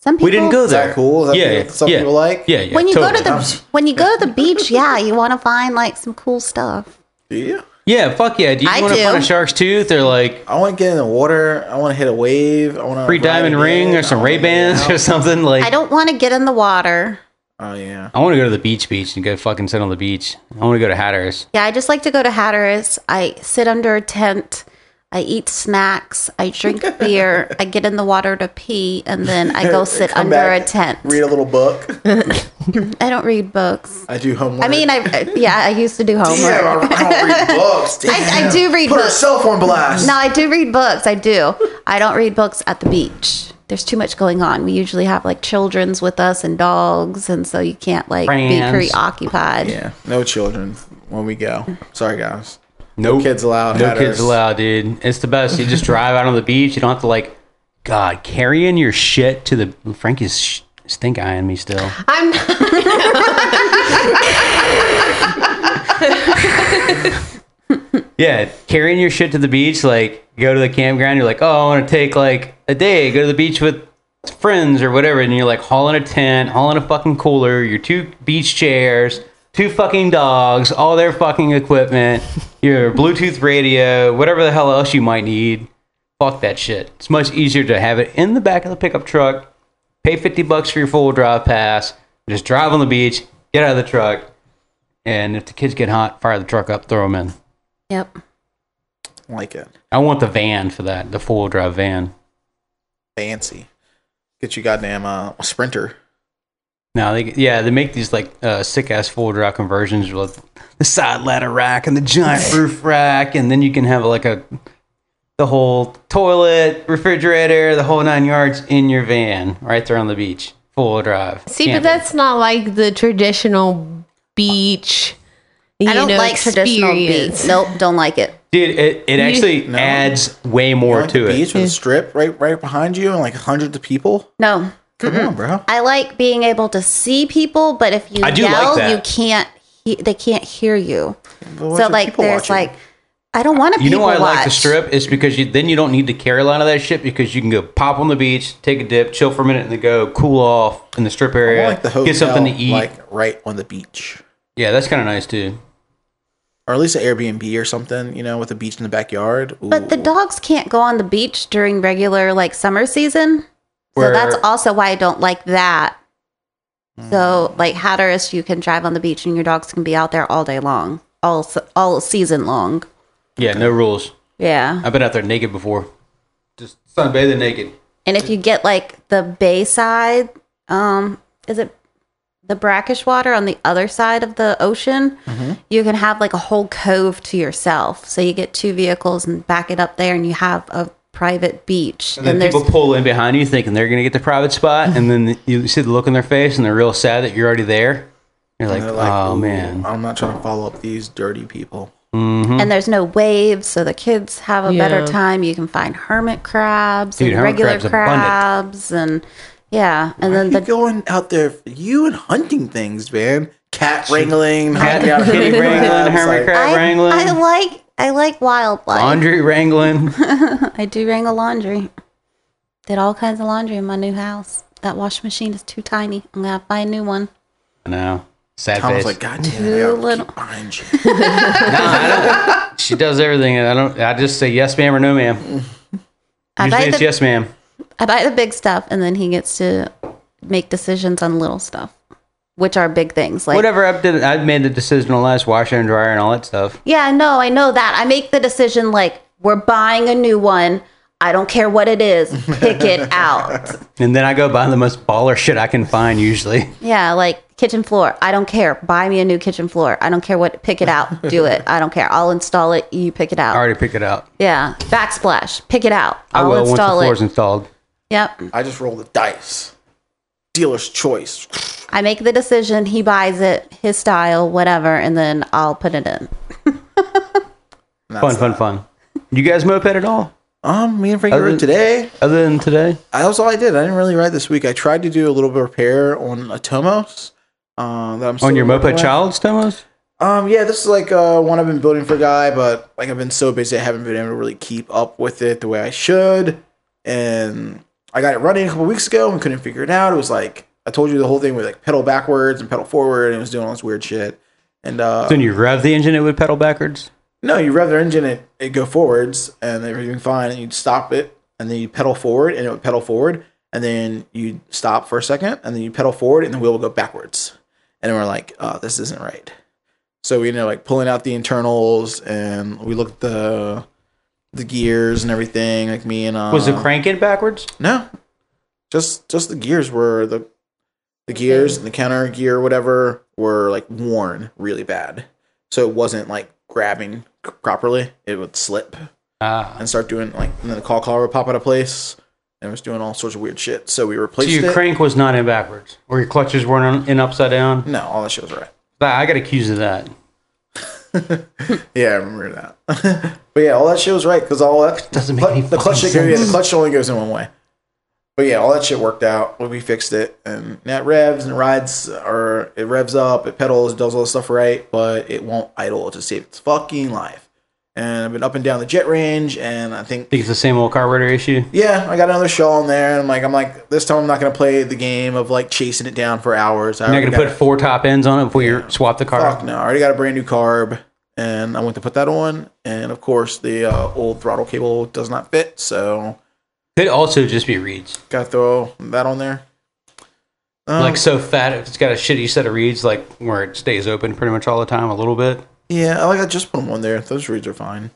Some people We didn't go Is that there. cool? Is that yeah, people- yeah, some yeah. people like? Yeah, yeah. when you totally. go to the when you go to the beach, yeah, you want to find like some cool stuff. Do you? yeah, fuck yeah. Do you I want to do. find a shark's tooth or like I want to get in the water. I want to hit a wave. I want to free diamond ring or some Ray Bans or something like? I don't want to get in the water. Oh yeah. I want to go to the beach, beach, and go fucking sit on the beach. I want to go to Hatteras. Yeah, I just like to go to Hatteras. I sit under a tent. I eat snacks. I drink beer. I get in the water to pee, and then I go sit Come under back, a tent. Read a little book. I don't read books. I do homework. I mean, I yeah, I used to do homework. Damn, I don't read books. I, I do read Put books. herself on blast. No, I do read books. I do. I don't read books at the beach. There's too much going on. We usually have like children's with us and dogs, and so you can't like Friends. be preoccupied. Yeah, no children when we go. Sorry, guys. No kids allowed. No Hatteras. kids allowed, dude. It's the best. You just drive out on the beach. You don't have to like, God, carrying your shit to the Frankie's sh- stink eyeing me still. I'm. Yeah, carrying your shit to the beach. Like, go to the campground. You're like, oh, I want to take like a day. Go to the beach with friends or whatever. And you're like hauling a tent, hauling a fucking cooler, your two beach chairs, two fucking dogs, all their fucking equipment, your Bluetooth radio, whatever the hell else you might need. Fuck that shit. It's much easier to have it in the back of the pickup truck. Pay fifty bucks for your full drive pass. Just drive on the beach. Get out of the truck. And if the kids get hot, fire the truck up, throw them in. Yep. like it. I want the van for that, the four wheel drive van. Fancy. Get you goddamn uh, sprinter. Now they yeah they make these like uh, sick ass four wheel drive conversions with the side ladder rack and the giant roof rack, and then you can have like a the whole toilet, refrigerator, the whole nine yards in your van right there on the beach, four wheel drive. See, but Camping. that's not like the traditional beach. I don't like traditional experience. beach. Nope, don't like it. dude, it, it You- actually adds way more Like the to it. beach with a strip right right behind you and like hundreds of people. No, Come Mm-hmm. on, bro. I like being able to see people, but if you I do like yell, that. you can't. He- they can't hear you. what's So with like, people there's watching? like, I don't want to. You know people why I like the watch. strip is because you then you don't need to carry a lot of that shit because you can go pop on the beach, take a dip, chill for a minute, and then go cool off in the strip area, I like the hotel, get something to eat. like right on the beach, yeah, that's kind of nice too. or at least an Airbnb or something. You know, with a beach in the backyard. Ooh. But the dogs can't go on the beach during regular like summer season. Where- so that's also why I don't like that. Hmm. So like Hatteras, you can drive on the beach and your dogs can be out there all day long, all s- all season long. Yeah, no rules. Yeah. I've been out there naked before, just sunbathing naked. And if you get like the bay side, um, is it the brackish water on the other side of the ocean? Mm-hmm. You can have like a whole cove to yourself. So you get two vehicles and back it up there, and you have a private beach. And then people pull in behind you thinking they're gonna get the private spot, and then you see the look on their face and they're real sad that you're already there. You're like, And they're like, oh "Ooh, man. I'm not trying to follow up these dirty people. Mm-hmm. and there's no waves, so the kids have a Yeah. better time. You can find hermit crabs Dude, and hermit regular crab's crabs, abundant. and yeah, and then you the going out there, for you and hunting things, man. Cat wrangling, Cat- hunting out kitty hermit wrangling, crabs, hermit like- crab wrangling. I like I like wildlife. Laundry wrangling. I do wrangle laundry. Did all kinds of laundry in my new house. That washing machine is too tiny. I'm gonna have to buy a new one. No, sad Tom was face. like, God damn it, I Too gotta little. She does everything, and I don't. I just say yes, ma'am, or no, ma'am. I Usually buy it's the- yes, ma'am. I buy the big stuff, and then he gets to make decisions on little stuff, which are big things. Like Whatever. I've did. I've made the decision on last washer and dryer and all that stuff. Yeah, no, I know that. I make the decision like we're buying a new one. I don't care what it is. Pick it out. And then I go buy the most baller shit I can find. Usually, Yeah, like kitchen floor. I don't care. Buy me a new kitchen floor. I don't care what. Pick it out. Do it. I don't care. I'll install it. You pick it I out. already picked it out. Yeah, backsplash. Pick it out. I I'll will once the install floor's it. installed. Yep. I just roll the dice. Dealer's choice. I make the decision. He buys it, his style, whatever, and then I'll put it in. Fun, fun, fun. You guys moped at all? Um, me and Frankie rode today. Other than today, I- That was all I did. I didn't really ride this week. I tried to do a little bit of repair on a Tomos. Uh, that I'm still on your working moped, with. child's demos. Um, yeah, this is like uh, one I've been building for a guy, but like I've been so busy, I haven't been able to really keep up with it the way I should. And I got it running a couple weeks ago and couldn't figure it out. It was like I told you the whole thing with like pedal backwards and pedal forward, and it was doing all this weird shit. And uh, so when you rev the engine, it would pedal backwards. no, you rev the engine, it it go forwards, and everything fine, and you'd stop it, and then you pedal forward, and it would pedal forward, and then you stop for a second, and then you pedal forward, and the wheel will go backwards. And then we're like, oh, this isn't right. So we ended up like pulling out the internals, and we looked at the the gears and everything. Like me and uh, Was the crank in backwards? No, just just the gears were the the gears and the counter gear, whatever, were like worn really bad. So it wasn't like grabbing c- properly. It would slip Ah. and start doing like, and then the call collar would pop out of place and it was doing all sorts of weird shit. So we So replaced your it. crank was not in backwards, or your clutches weren't on- in upside down. No, all that shit was right. I got accused of that. yeah, I remember that. but yeah, all that shit was right because all that doesn't make the clutch fucking shit. Goes, yeah, the sense. clutch only goes in one way. But yeah, all that shit worked out. We fixed it, and now it revs and rides, or it revs up, it pedals, does all the stuff right, but it won't idle to save its fucking life. And I've been up and down the jet range, and I think Think it's the same old carburetor issue. yeah, I got another show on there, and I'm like, I'm like, this time I'm not gonna play the game of like chasing it down for hours. I You're not already going to got put four top ends on it before you swap the car. Fuck no! I already got a brand new carb, and I went to put that on, and of course the uh, old throttle cable does not fit, so Could also just be reeds. got to throw that on there. Um, like so fat, if it's got a shitty set of reeds, like where it stays open pretty much all the time, a little bit. yeah, I like I just put them on there. Those reads are fine,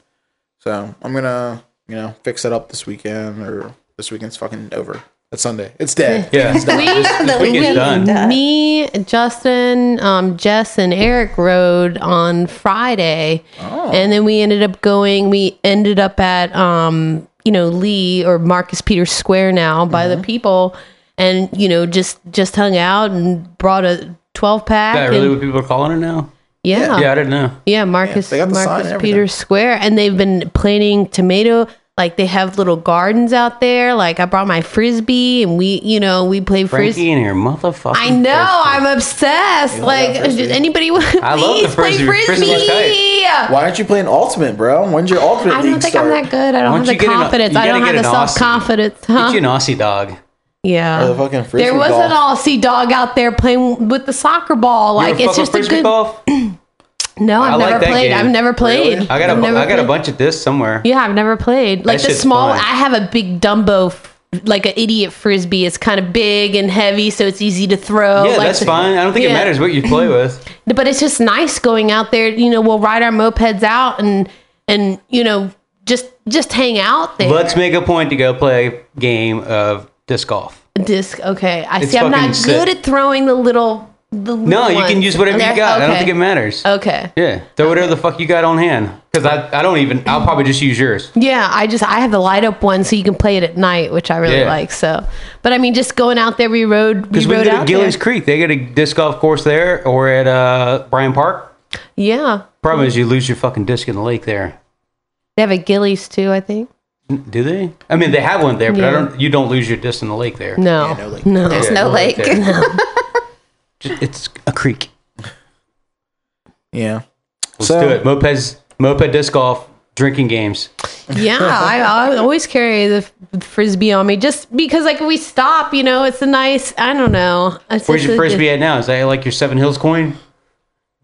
so I'm gonna you know fix it up this weekend or this weekend's fucking over. It's Sunday. It's Hmm. dead. Yeah, it's done. We- This- this weekend's done. Me, Justin, um, Jess, and Eric rode on Friday, Oh. and then we ended up going. We ended up at um, you know Lee or Marcus Peters Square now by Uh-huh. the people, and you know just just hung out and brought a twelve Is pack. that really and- what people are calling it now? yeah, Yeah, I didn't know. Yeah, Marcus they got the sign and Marcus everything. Peters Square, and they've been planting tomato. Like they have little gardens out there. Like I brought my frisbee, and we, you know, we played Frankie frisbee. and your motherfucker. I know I'm obsessed. Like does anybody want? I love the Please play frisbee. Frisbee's frisbee. Why aren't you playing ultimate, bro? When's your ultimate? I don't league think start? I'm that good. I Why don't don't have you the get an- confidence. you I don't gotta have get the an Aussie. self confidence. Huh? Get you an Aussie dog. yeah. Or the fucking there frisbee was golf. an Aussie dog out there playing with the soccer You ball. ever Like fuck with it's just a frisbee good. golf? No, I I've like never that played. game. I've never played. I got a, I've never I got a played. bunch of this somewhere. Yeah, I've never played. Like the shit's small, fun. I have a big Dumbo, f- like an idiot frisbee. It's kind of big and heavy, so it's easy to throw. yeah, like that's fine. I don't think it Yeah. matters what you play with. But it's just nice going out there. You know, we'll ride our mopeds out and and you know just just hang out there. Let's make a point to go play a game of disc golf. disc. Okay, I It's see. I'm fucking not sick. good at throwing the little. The No, little you can ones. use whatever you Okay. got. I don't think it matters. Okay. Yeah, throw whatever the fuck you got on hand. Because I, I don't even. I'll probably just use yours. Yeah, I just I have the light up one, so you can play it at night, which I really Yeah. like. So, but I mean, just going out there, we rode, we Because we rode go to out Gillies there. Creek, they got a disc golf course there, or at uh, Bryan Park. Yeah, Problem is, you lose your fucking disc in the lake there. they have a Gillies too, I think. Do they? I mean, they have one there, but I Yeah. don't. You don't lose your disc in the lake there. No, no, like- no, There's Yeah, no no lake lake. there. Just- it's a creek. Yeah. Let's So- do it. Mopeds, moped disc golf, drinking games. yeah, I, I always carry the f- frisbee on me just because, like, we stop, you know, it's a nice. I don't know. It's Where's your just a- frisbee at now? Is that like your Seven Hills coin?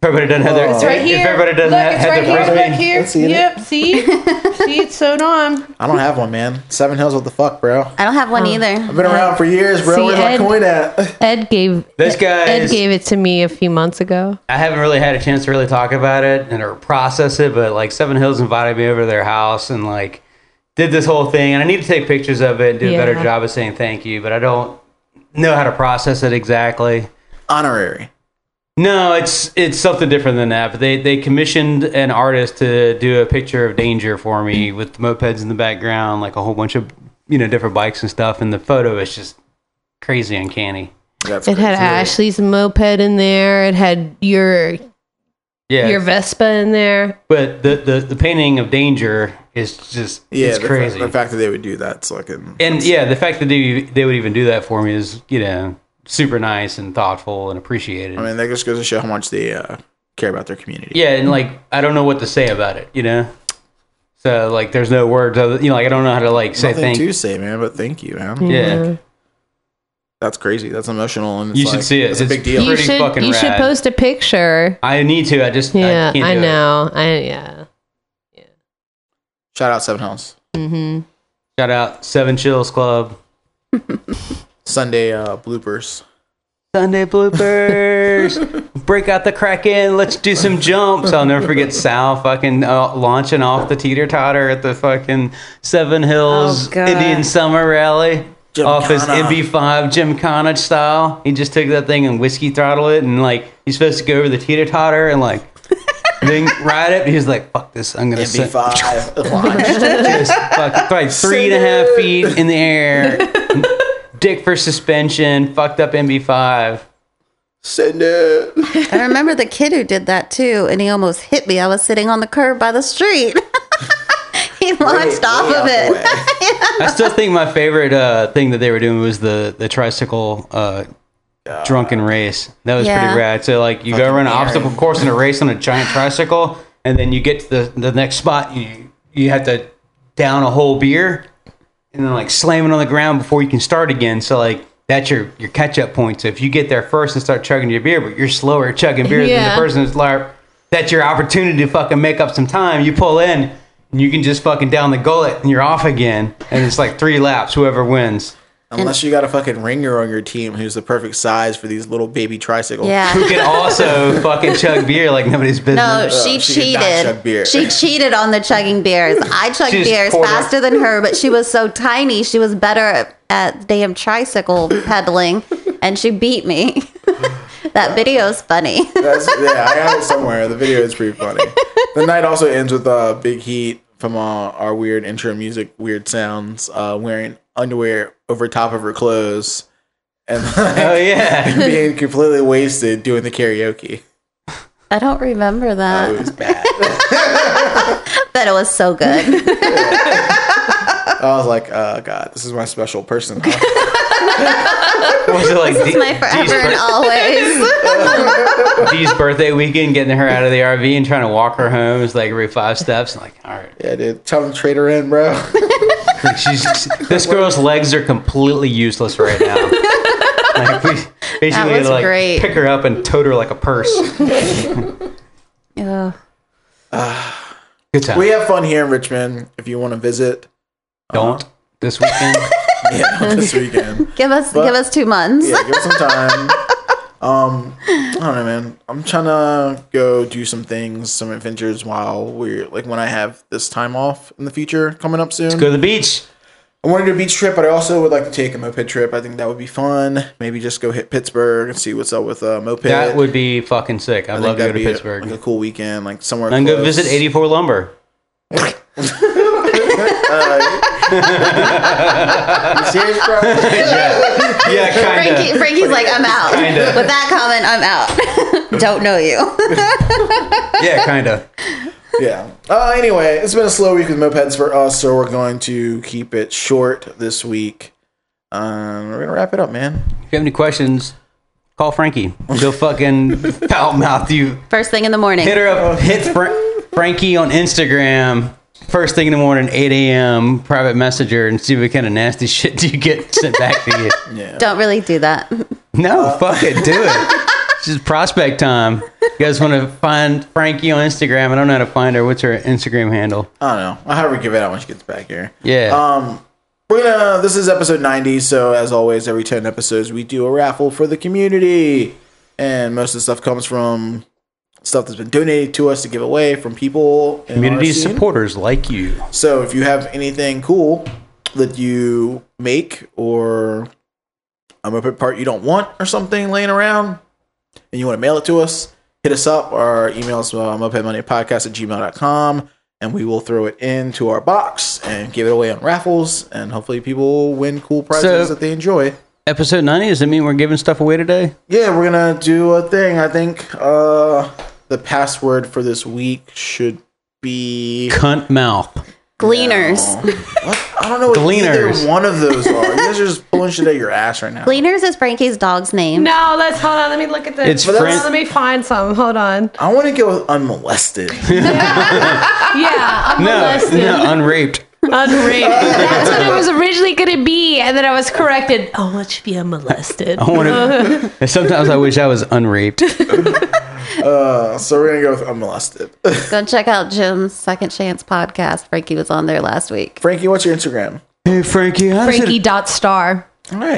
If everybody doesn't have their, It's Right here. If everybody doesn't Look, have, it's have right their here. frisbee, Look here. Let's see it. Yep. See, see, it's sewed on. I don't have one, man. Seven Hills, what the fuck, bro? I don't have one Oh. either. I've been around for years, bro. Uh, See, Where's my Ed- coin at? Ed gave This guy Ed is- gave it to me a few months ago. I haven't really had a chance to really talk about it and or process it, but like Seven Hills invited me over to their house and like did this whole thing, and I need to take pictures of it and do a better Yeah. job of saying thank you, but I don't know how to process it exactly. Honorary. No, it's it's something different than that. But they they commissioned an artist to do a picture of danger for me with mopeds in the background, like a whole bunch of you know different bikes and stuff. And the photo is just crazy uncanny. That's It had crazy. Ashley's moped in there. It had your Yeah, your Vespa in there. but the, the the painting of danger is just Yeah, it's the crazy. Fact, the fact that they would do that, so I can. and yeah, the fact that they they would even do that for me is you know super nice and thoughtful and appreciated. I mean, that just goes to show how much they uh, care about their community. yeah, and like I don't know what to say about it, you know. So like, there's no words. Other, you know, like I don't know how to like say Nothing thank. to say, man, but thank you, man. Yeah. That's crazy. That's emotional, and it's You should like- see it. It's a It's- big deal. You Pretty should fucking you should rad. post a picture. I need to. I just Yeah, I, can't I, do it. know. I yeah. Shout out Seven Hills. Shout out Seven Chills Club. Sunday uh, bloopers. Sunday bloopers. Break out the Kraken. Let's do some jumps. I'll never forget Sal fucking uh, launching off the teeter totter at the fucking Seven Oh, Hills God. Indian Summer Rally. Off his Gymkhana. MB5 Jim Connage style. He just took that thing and whiskey throttle it and like he's supposed to go over the teeter totter and like then ride it. He was like, fuck this. I'm going to MB5 Just fuck, like three and a half feet in the air. Dick for suspension. Fucked up MB5. Send it. I remember the kid who did that too, and he almost hit me. I was sitting on the curb by the street. he launched off of it. I still think my favorite uh, thing that they were doing was the the tricycle uh, drunken race. That was Yeah. pretty rad. So like you go run an obstacle course and a race on a giant tricycle, and then you get to the, the next spot. You you have to down a whole beer, and then like slam it on the ground before you can start again. So like. That's your, your catch up point. So if you get there first and start chugging your beer, but you're slower chugging beer than Yeah. the person who's like, that's your opportunity to fucking make up some time. You pull in and you can just fucking down the gullet and you're off again. And it's like three laps, whoever wins. Unless you got a fucking ringer on your team who's the perfect size for these little baby tricycles. Yeah. Who can also fucking chug beer like nobody's business. No, she, Uh, did not chug beer. cheated. She cheated on the chugging beers. I chugged She's beers quarter. faster than her, but she was so tiny. She was better at, at damn tricycle pedaling, and she beat me. that video's funny. That's, yeah, I have it somewhere. The video is pretty funny. The night also ends with uh, Big Heat from uh, our weird intro music, Weird Sounds, uh, wearing underwear over top of her clothes. And oh yeah, being completely wasted doing the karaoke. I don't remember that. It was bad. but it was so good. I was like, oh god, this is my special person. was it like This is D- my D's, forever and bir- always. D's birthday weekend, getting her out of the RV and trying to walk her home is like every five steps. like, all right. Yeah, dude. Tell them to trade her in, bro. Like, she's, this girl's legs are completely useless right now. Like, we basically was like great. pick her up and tote her like a purse. Ugh. Good time. We have fun here in Richmond. If you want to visit, don't this weekend. yeah, not this weekend. give us But- give us two months. Yeah, give us some time. Um, I don't know, man. I'm trying to go do some things, some adventures while we're like when I have this time off in the future coming up soon. Go to the beach. I want to do a beach trip, but I also would like to take a moped trip. I think that would be fun. Maybe just go hit Pittsburgh and see what's up with uh, moped. That would be fucking sick. I'd I love think to go that'd to be a- Pittsburgh. like a cool weekend, like somewhere. and go close. visit 84 Lumber. You serious, bro? Yeah, kinda. Frankie, Frankie's like, I'm out. Kinda. With that comment, I'm out. Don't know you. Yeah, kind of. yeah. Uh, anyway, it's been a slow week with mopeds for us, so we're going to keep it short this week. Um, we're gonna wrap it up, man. If you have any questions, call Frankie. She'll fucking foul mouth you. First thing in the morning. Hit her up. Hit Fra- Frankie on Instagram. First thing in the morning, 8 a.m. Private messenger and see what kind of nasty shit do you get sent back to you. Yeah. Don't really do that. No, fuck it, do it. It's just prospect time. You guys want to find Frankie on Instagram? I don't know how to find her. What's her Instagram handle? I don't know. I'll have her give it out when she gets back here. Yeah. Um, we're gonna. This is episode ninety, so as always, every ten episodes we do a raffle for the community, and most of the stuff comes from stuff that's been donated to us to give away from people. in our Community scene. supporters like you. So if you have anything cool that you make or a moped part you don't want or something laying around and you want to mail it to us, hit us up. Our email is uh, mopedmoneypodcast at gmail.com and we will throw it into our box and give it away on raffles and hopefully people win cool prizes So- that they enjoy. Episode 90, does that mean we're giving stuff away today? Yeah, we're going to do a thing. I think uh, the password for this week should be... Cunt mouth. Gleaners. I don't know what Gleaners. either one of those are. You guys are just pulling shit out of your ass right now. Gleaners is Frankie's dog's name. No, let's hold on. Let me look at this. It's Hold on, Fran- Let me find some. Hold on. I want to go with unmolested. Yeah, No, unmolested, no, unraped. unrated. That's what it was originally going to be, and then I was corrected. Oh, it should be unmolested. I want to. Sometimes I wish I was unraped. Uh, so we're gonna go with unmolested. Go check out Jim's Second Chance podcast. Frankie was on there last week. Frankie, what's your Instagram? Hey, Frankie, how does it, Frankie dot star.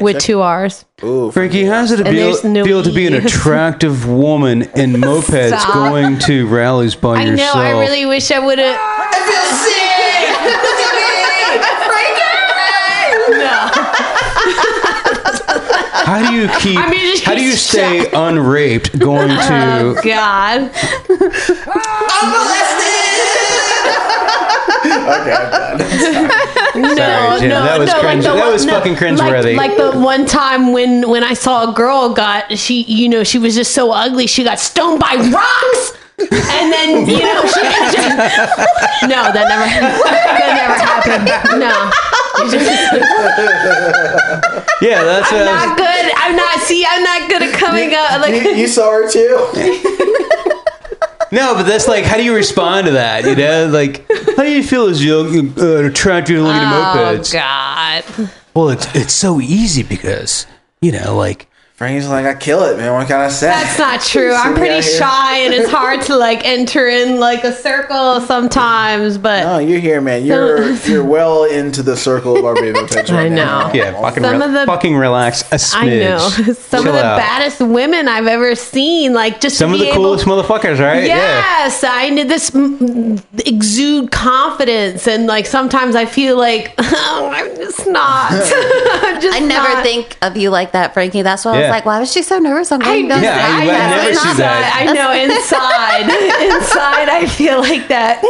with two R's. Ooh, Frankie, how's it And feel, there's no feel to be an E's. attractive woman in mopeds Stop. going to rallies by I know. yourself? I really wish I would have. Ah! I feel How do you keep? I mean, how do you stay unraped going Oh, to? God. no, Sorry, Jen, Oh, no, that was no, cringe- that was fucking cringeworthy. Like, like the one time when when I saw a girl got she, you know, she was just so ugly, she got stoned by rocks, and then you know she. no, that never, that never happened. No. yeah, that's what I was- Not good. I'm not. See, I'm not good at coming up. Like you, you saw her too. no, but that's like how do you respond to that? You know, like how do you feel as young, uh, an attractive looking Oh mopeds? God. Well, it's it's so easy because you know, like Frankie's like, I kill it, man. What can I say? That's not true. I'm Sitting pretty out here. shy, and it's hard to like enter in like a circle sometimes. But No, you're here, man. You're you're well into the circle of our baby mopeds. I Right know. Now. yeah, fucking Some re- of the- fucking relax a smidge. I know some of Chill the out. baddest women I've ever seen. Like just some to of be the able- coolest motherfuckers, right? Yes, I need this mm, exude confidence, and like sometimes I feel like oh, I'm just not. I'm just I never not. think of you like that, Frankie. That's why I was Yeah. like, why was she so nervous on going down Yeah, I- the I stairs? never That's see not- that. I know inside, inside, I feel like that.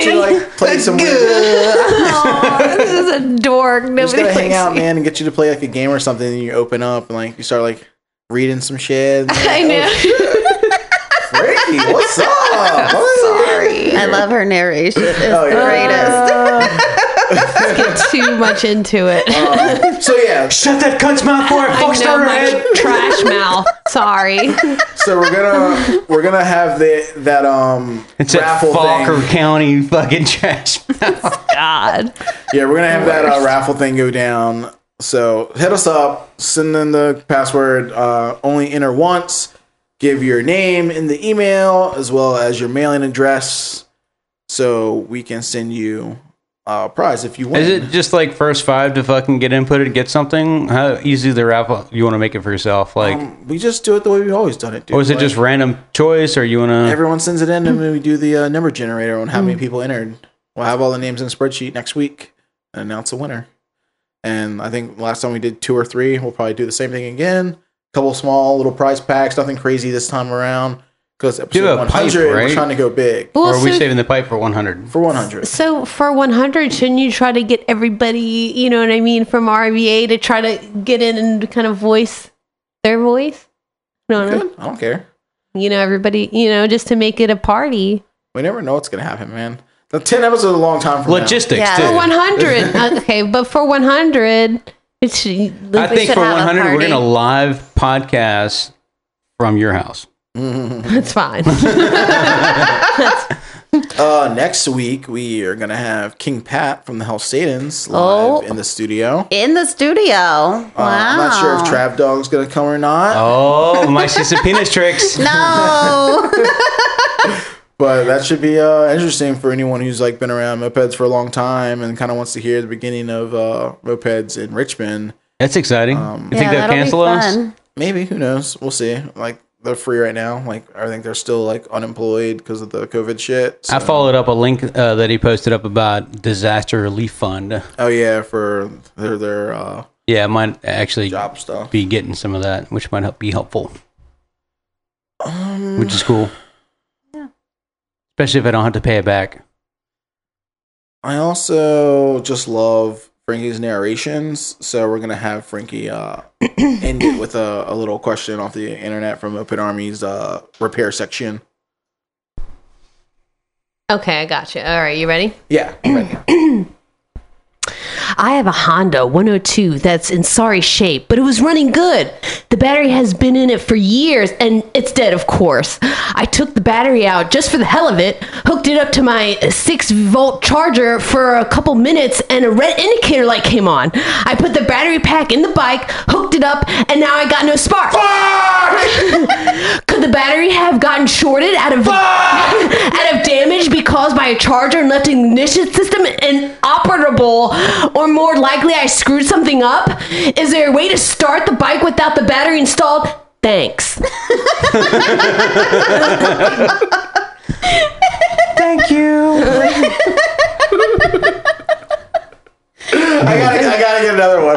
It's ready to like play some weird. Aw, this is a dork. I'm just Nobody gonna hang likes out, me. man, and get you to play like a game or something. And you open up and like you start like reading some shit. And, you're I like, know. "Oh, Frankie, what's up? What? Sorry. I love her narration. It's Oh, yeah. the greatest. Let's get too much into it. So yeah, Shut that cunt's mouth for Oh, I know my trash mouth. Sorry. so we're gonna we're gonna have the that um It's at raffle thing. Falker County fucking trash. God. Yeah, we're gonna have that uh, raffle thing go down. So hit us up, send in the password. Uh, only enter once. Give your name in the email as well as your mailing address, so we can send you uh, a prize if you win. Is it just like first five to fucking get inputted, get something? How easy the wrap up you want to make it for yourself? Like, we just do it the way we've always done it. Dude. or is it Like, just random choice, or you want to? everyone sends it in and then we do the uh, number generator on how Hmm. many people entered? We'll have all the names in a spreadsheet next week and announce a winner. And I think last time we did two or three, we'll probably do the same thing again. couple small little prize packs, nothing crazy this time around. Because You episode have a one pipe, hundred, right? we're trying to go big Or Well, are we so, saving the pipe for one hundred? for one hundred. so for 100, shouldn't you try to get everybody, you know what I mean, from RVA to try to get in and kind of voice their voice? No, no. Good. I don't care. You know, everybody, you know, just to make it a party. We never know what's gonna happen, man. The ten episodes is a long time from Logistics. Yeah. too. For 100. Uh, okay, but for 100, it's. I Like, think should for have a one hundred, we're party. gonna live podcast from your house. that's fine. now. Uh, next week we are gonna have King Pat from the Hell Satans live Oh. in the studio. In the studio. Wow. Uh, I'm not sure if Trav Dog's gonna come or not. Oh, my sister penis tricks. No. But that should be uh, interesting for anyone who's like been around mopeds for a long time and kind of wants to hear the beginning of uh, mopeds in Richmond. That's exciting. you think they'll that'll be cancel us? fun. Maybe who knows? We'll see. Like they're free right now. Like I think they're still like unemployed because of the COVID shit. I so- followed up a link uh, that he posted up about disaster relief fund. oh yeah, for their their uh, Yeah, I might actually job stuff. be getting some of that, which might help be helpful. which is cool. Especially if I don't have to pay it back. I also just love Frankie's narrations, so we're gonna have Frankie uh, end it with a, a little question off the internet from Open Army's uh, repair section. Okay, I got you. All right, you ready? Yeah, right. I have a Honda 102 that's in sorry shape, but it was running good. The battery has been in it for years and it's dead, of course. I took the battery out just for the hell of it, hooked it up to my 6 volt charger for a couple minutes, and a red indicator light came on. I put the battery pack in the bike, hooked it up, and now I got no spark. Could the battery have gotten shorted out of out of damage be caused by my charger and left the ignition system inoperable, or more likely I screwed something up? Is there a way to start the bike without the battery installed? Thanks. Thank you. I gotta, I gotta get another one.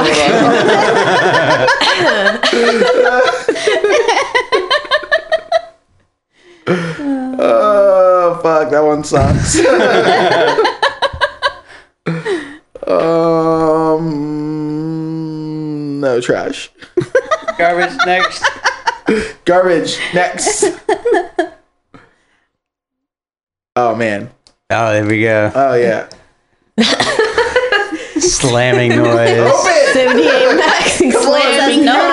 Hold on. oh fuck, that one sucks. um, no trash. Garbage next. Garbage next. Oh man. Oh, there we go. Oh yeah. Slamming noise. Open. 78 Max slamming no.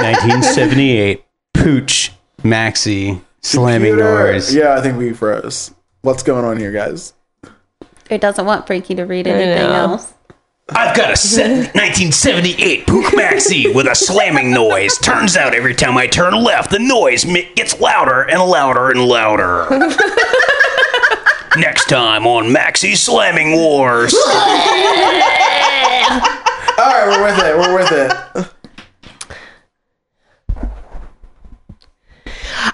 1978. Pooch Maxi slamming Computer. noise. Yeah, I think we froze. What's going on here, guys? It doesn't want Frankie to read anything know. else. I've got a set 1978 Pook Maxi with a slamming noise. Turns out every time I turn left, the noise mi- gets louder and louder and louder. Next time on Maxi Slamming Wars. All right, we're with it. We're with it.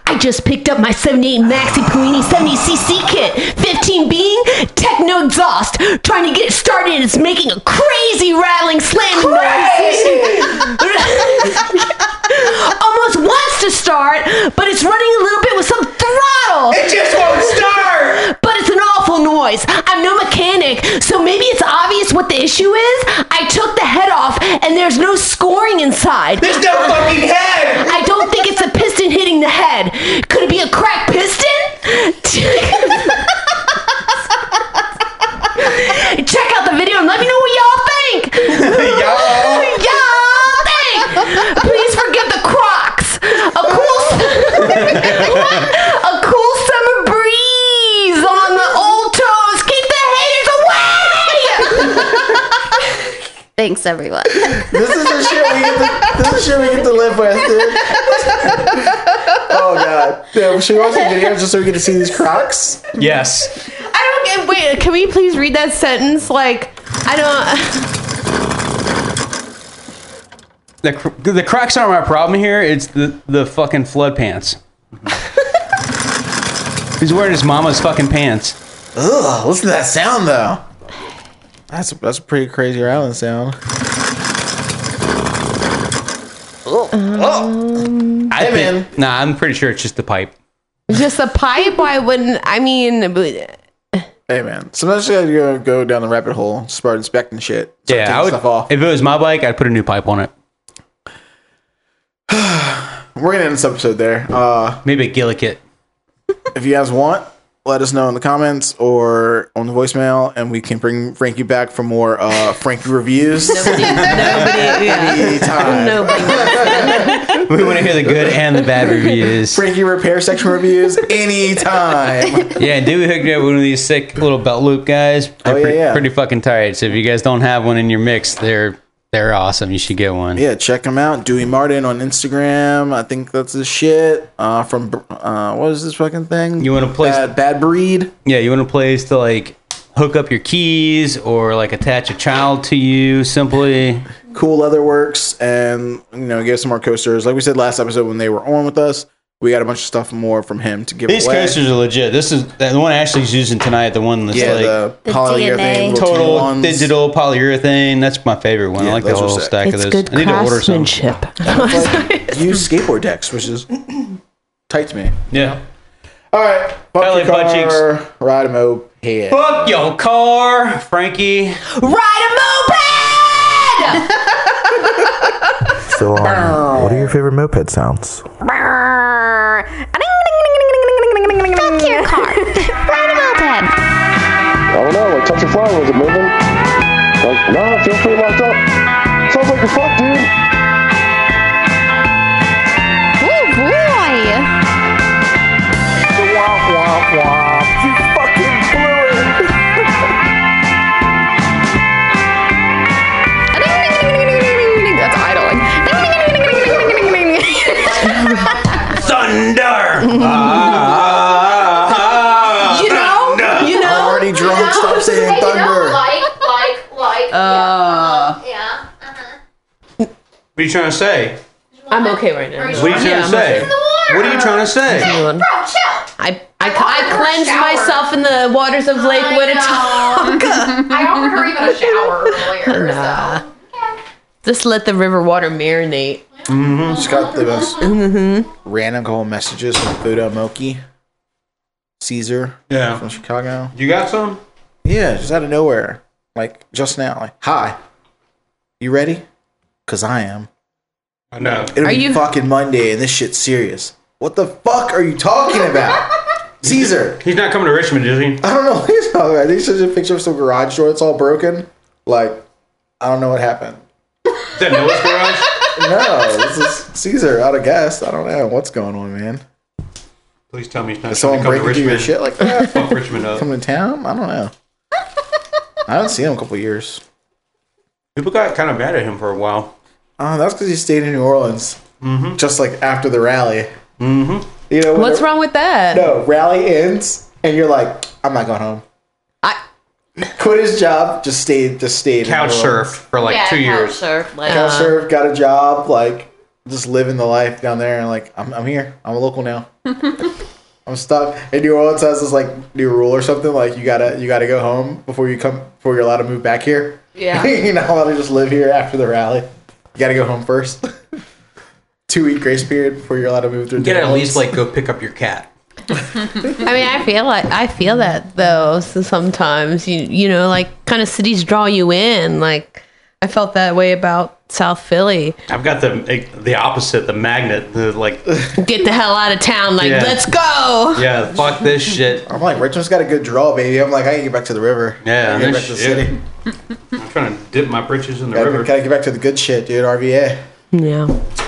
I just picked up my 78 Maxi Perini 70cc kit. 15 being techno exhaust. Trying to get it started, it's making a crazy rattling slamming noise. Almost wants to start, but it's running a little bit with some throttle. It just won't start. But it's an awful noise. I'm no mechanic, so maybe it's obvious what the issue is. I took the head off, and there's no scoring inside. There's no fucking head. I don't think it's a piston hitting the head. Could it be a cracked piston? Check out the video and let me know what y'all think. Y'all. Y'all think. Please forgive the Crocs. A cool, a cool summer breeze on the old toes. Keep the haters away. Thanks, everyone. This is the shit we get. To, this is the shit we get to live with, dude. oh god. Yeah, should we watch the video just so we get to see these Crocs? Yes. I don't get. Wait, can we please read that sentence? Like, I don't. The, cr- the Crocs aren't my problem here. It's the, the fucking flood pants. He's wearing his mama's fucking pants. Ugh. Listen to that sound though. That's that's a pretty crazy rattling sound. Oh, oh. I Hey, man. think, nah, I'm pretty sure it's just the pipe. Just a pipe? Why wouldn't I mean? but- Hey man, sometimes you gotta go, go down the rabbit hole, just start inspecting shit. start Yeah, taking I would. Stuff off. If it was my bike, I'd put a new pipe on it. We're gonna end this episode there. Uh, Maybe a gillicut. if you guys want, let us know in the comments or on the voicemail, and we can bring Frankie back for more uh, Frankie reviews. Nobody, yeah. Anytime. We want to hear the good and the bad reviews. Frankie repair section reviews anytime. Yeah, and did we hook you up with one of these sick little belt loop guys? They're Oh, yeah, pretty, yeah. pretty fucking tight. So if you guys don't have one in your mix, they're they're awesome. You should get one. yeah, check him out. Dewey Martin on Instagram. I think that's his shit. Uh, from uh, what is this fucking thing? You wanna place- bad, bad breed? Yeah, you want a place to like hook up your keys or like attach a child to you simply. cool leather works and you know give some more coasters like we said last episode when they were on with us we got a bunch of stuff more from him to give These away coasters are legit. This is the one Ashley's using tonight, the one that's yeah like the, The polyurethane DNA. little total teeny ones. digital polyurethane. That's my favorite one. Yeah, I like the those are whole sick. stack It's of those. good I need to order some. craftsmanship. like, use skateboard decks which is tight to me Yeah. all right fuck Ellie, your butt cheeks. car, ride him up head Fuck your car, Frankie. Ride a moped. So, um, what are your favorite moped sounds? Back to your car. Ride a moped. I don't know, like touch a flower, was it moving? Like, nah, I feel pretty locked up. Sounds like you're fucked, dude. Oh boy. Womp, womp, womp. You fucking blew it. That's idling. Thunder! You know, you know, already drunk. Stop saying thunder. like, like, like. Uh. yeah. What are you trying to say? I'm okay right now. What are you trying Yeah, to I'm say? okay. What are you trying to say? I, I, I cleansed myself in the waters of Lake Winnetonka. I offered her even a shower earlier. nah. Just let the river water marinate. Mm-hmm. Just got the most Mm-hmm. random couple messages from Buddha Moki, Caesar. Yeah. From Chicago. You got some? Yeah, just out of nowhere. Like just now. Like, hi. You ready? Cause I am. I know. It'll be fucking Monday and this shit's serious. What the fuck are you talking about? Caesar. He's not coming to Richmond, is he? I don't know what he's talking about. They showed you a picture of some garage door that's all broken. Like, I don't know what happened. Is that Noah's garage? No, this is Caesar out of guess. I don't know what's going on, man. Please tell me he's not Is trying someone to come to breaking through your Richmond. shit like that? Fuck Richmond up. Coming to town? I don't know. I haven't seen him in a couple years. People got kind of mad at him for a while. Oh, that's because he stayed in New Orleans. Mm-hmm. Just like after the rally. Mm-hmm. You know, when What's the- wrong with that? No, rally ends and you're like, I'm not going home. I quit his job. Just stayed. Just stayed. in Couch New Orleans. surf for like two years. Surf, like, Couch uh, surf. Got a job. Like just living the life down there. And like I'm, I'm here. I'm a local now. I'm stuck. And New Orleans has this like new rule or something. Like you gotta you gotta go home before you come before you're allowed to move back here. Yeah. you're not allowed to just live here after the rally. You gotta go home first. two week grace period before you're allowed to move through. You gotta New at least Orleans. like go pick up your cat. I mean, I feel like I feel that though. So sometimes you you know, like kind of cities draw you in. Like I felt that way about South Philly. I've got the the opposite, the magnet, the like. Get the hell out of town. Like Yeah. let's go. Yeah, fuck this shit. I'm like Richmond's got a good draw, baby. I'm like I can get back to the river. Yeah, I can get this back to the shit. city. I'm trying to dip my britches in the Gotta, river. gotta get back to the good shit, dude. RVA. Yeah.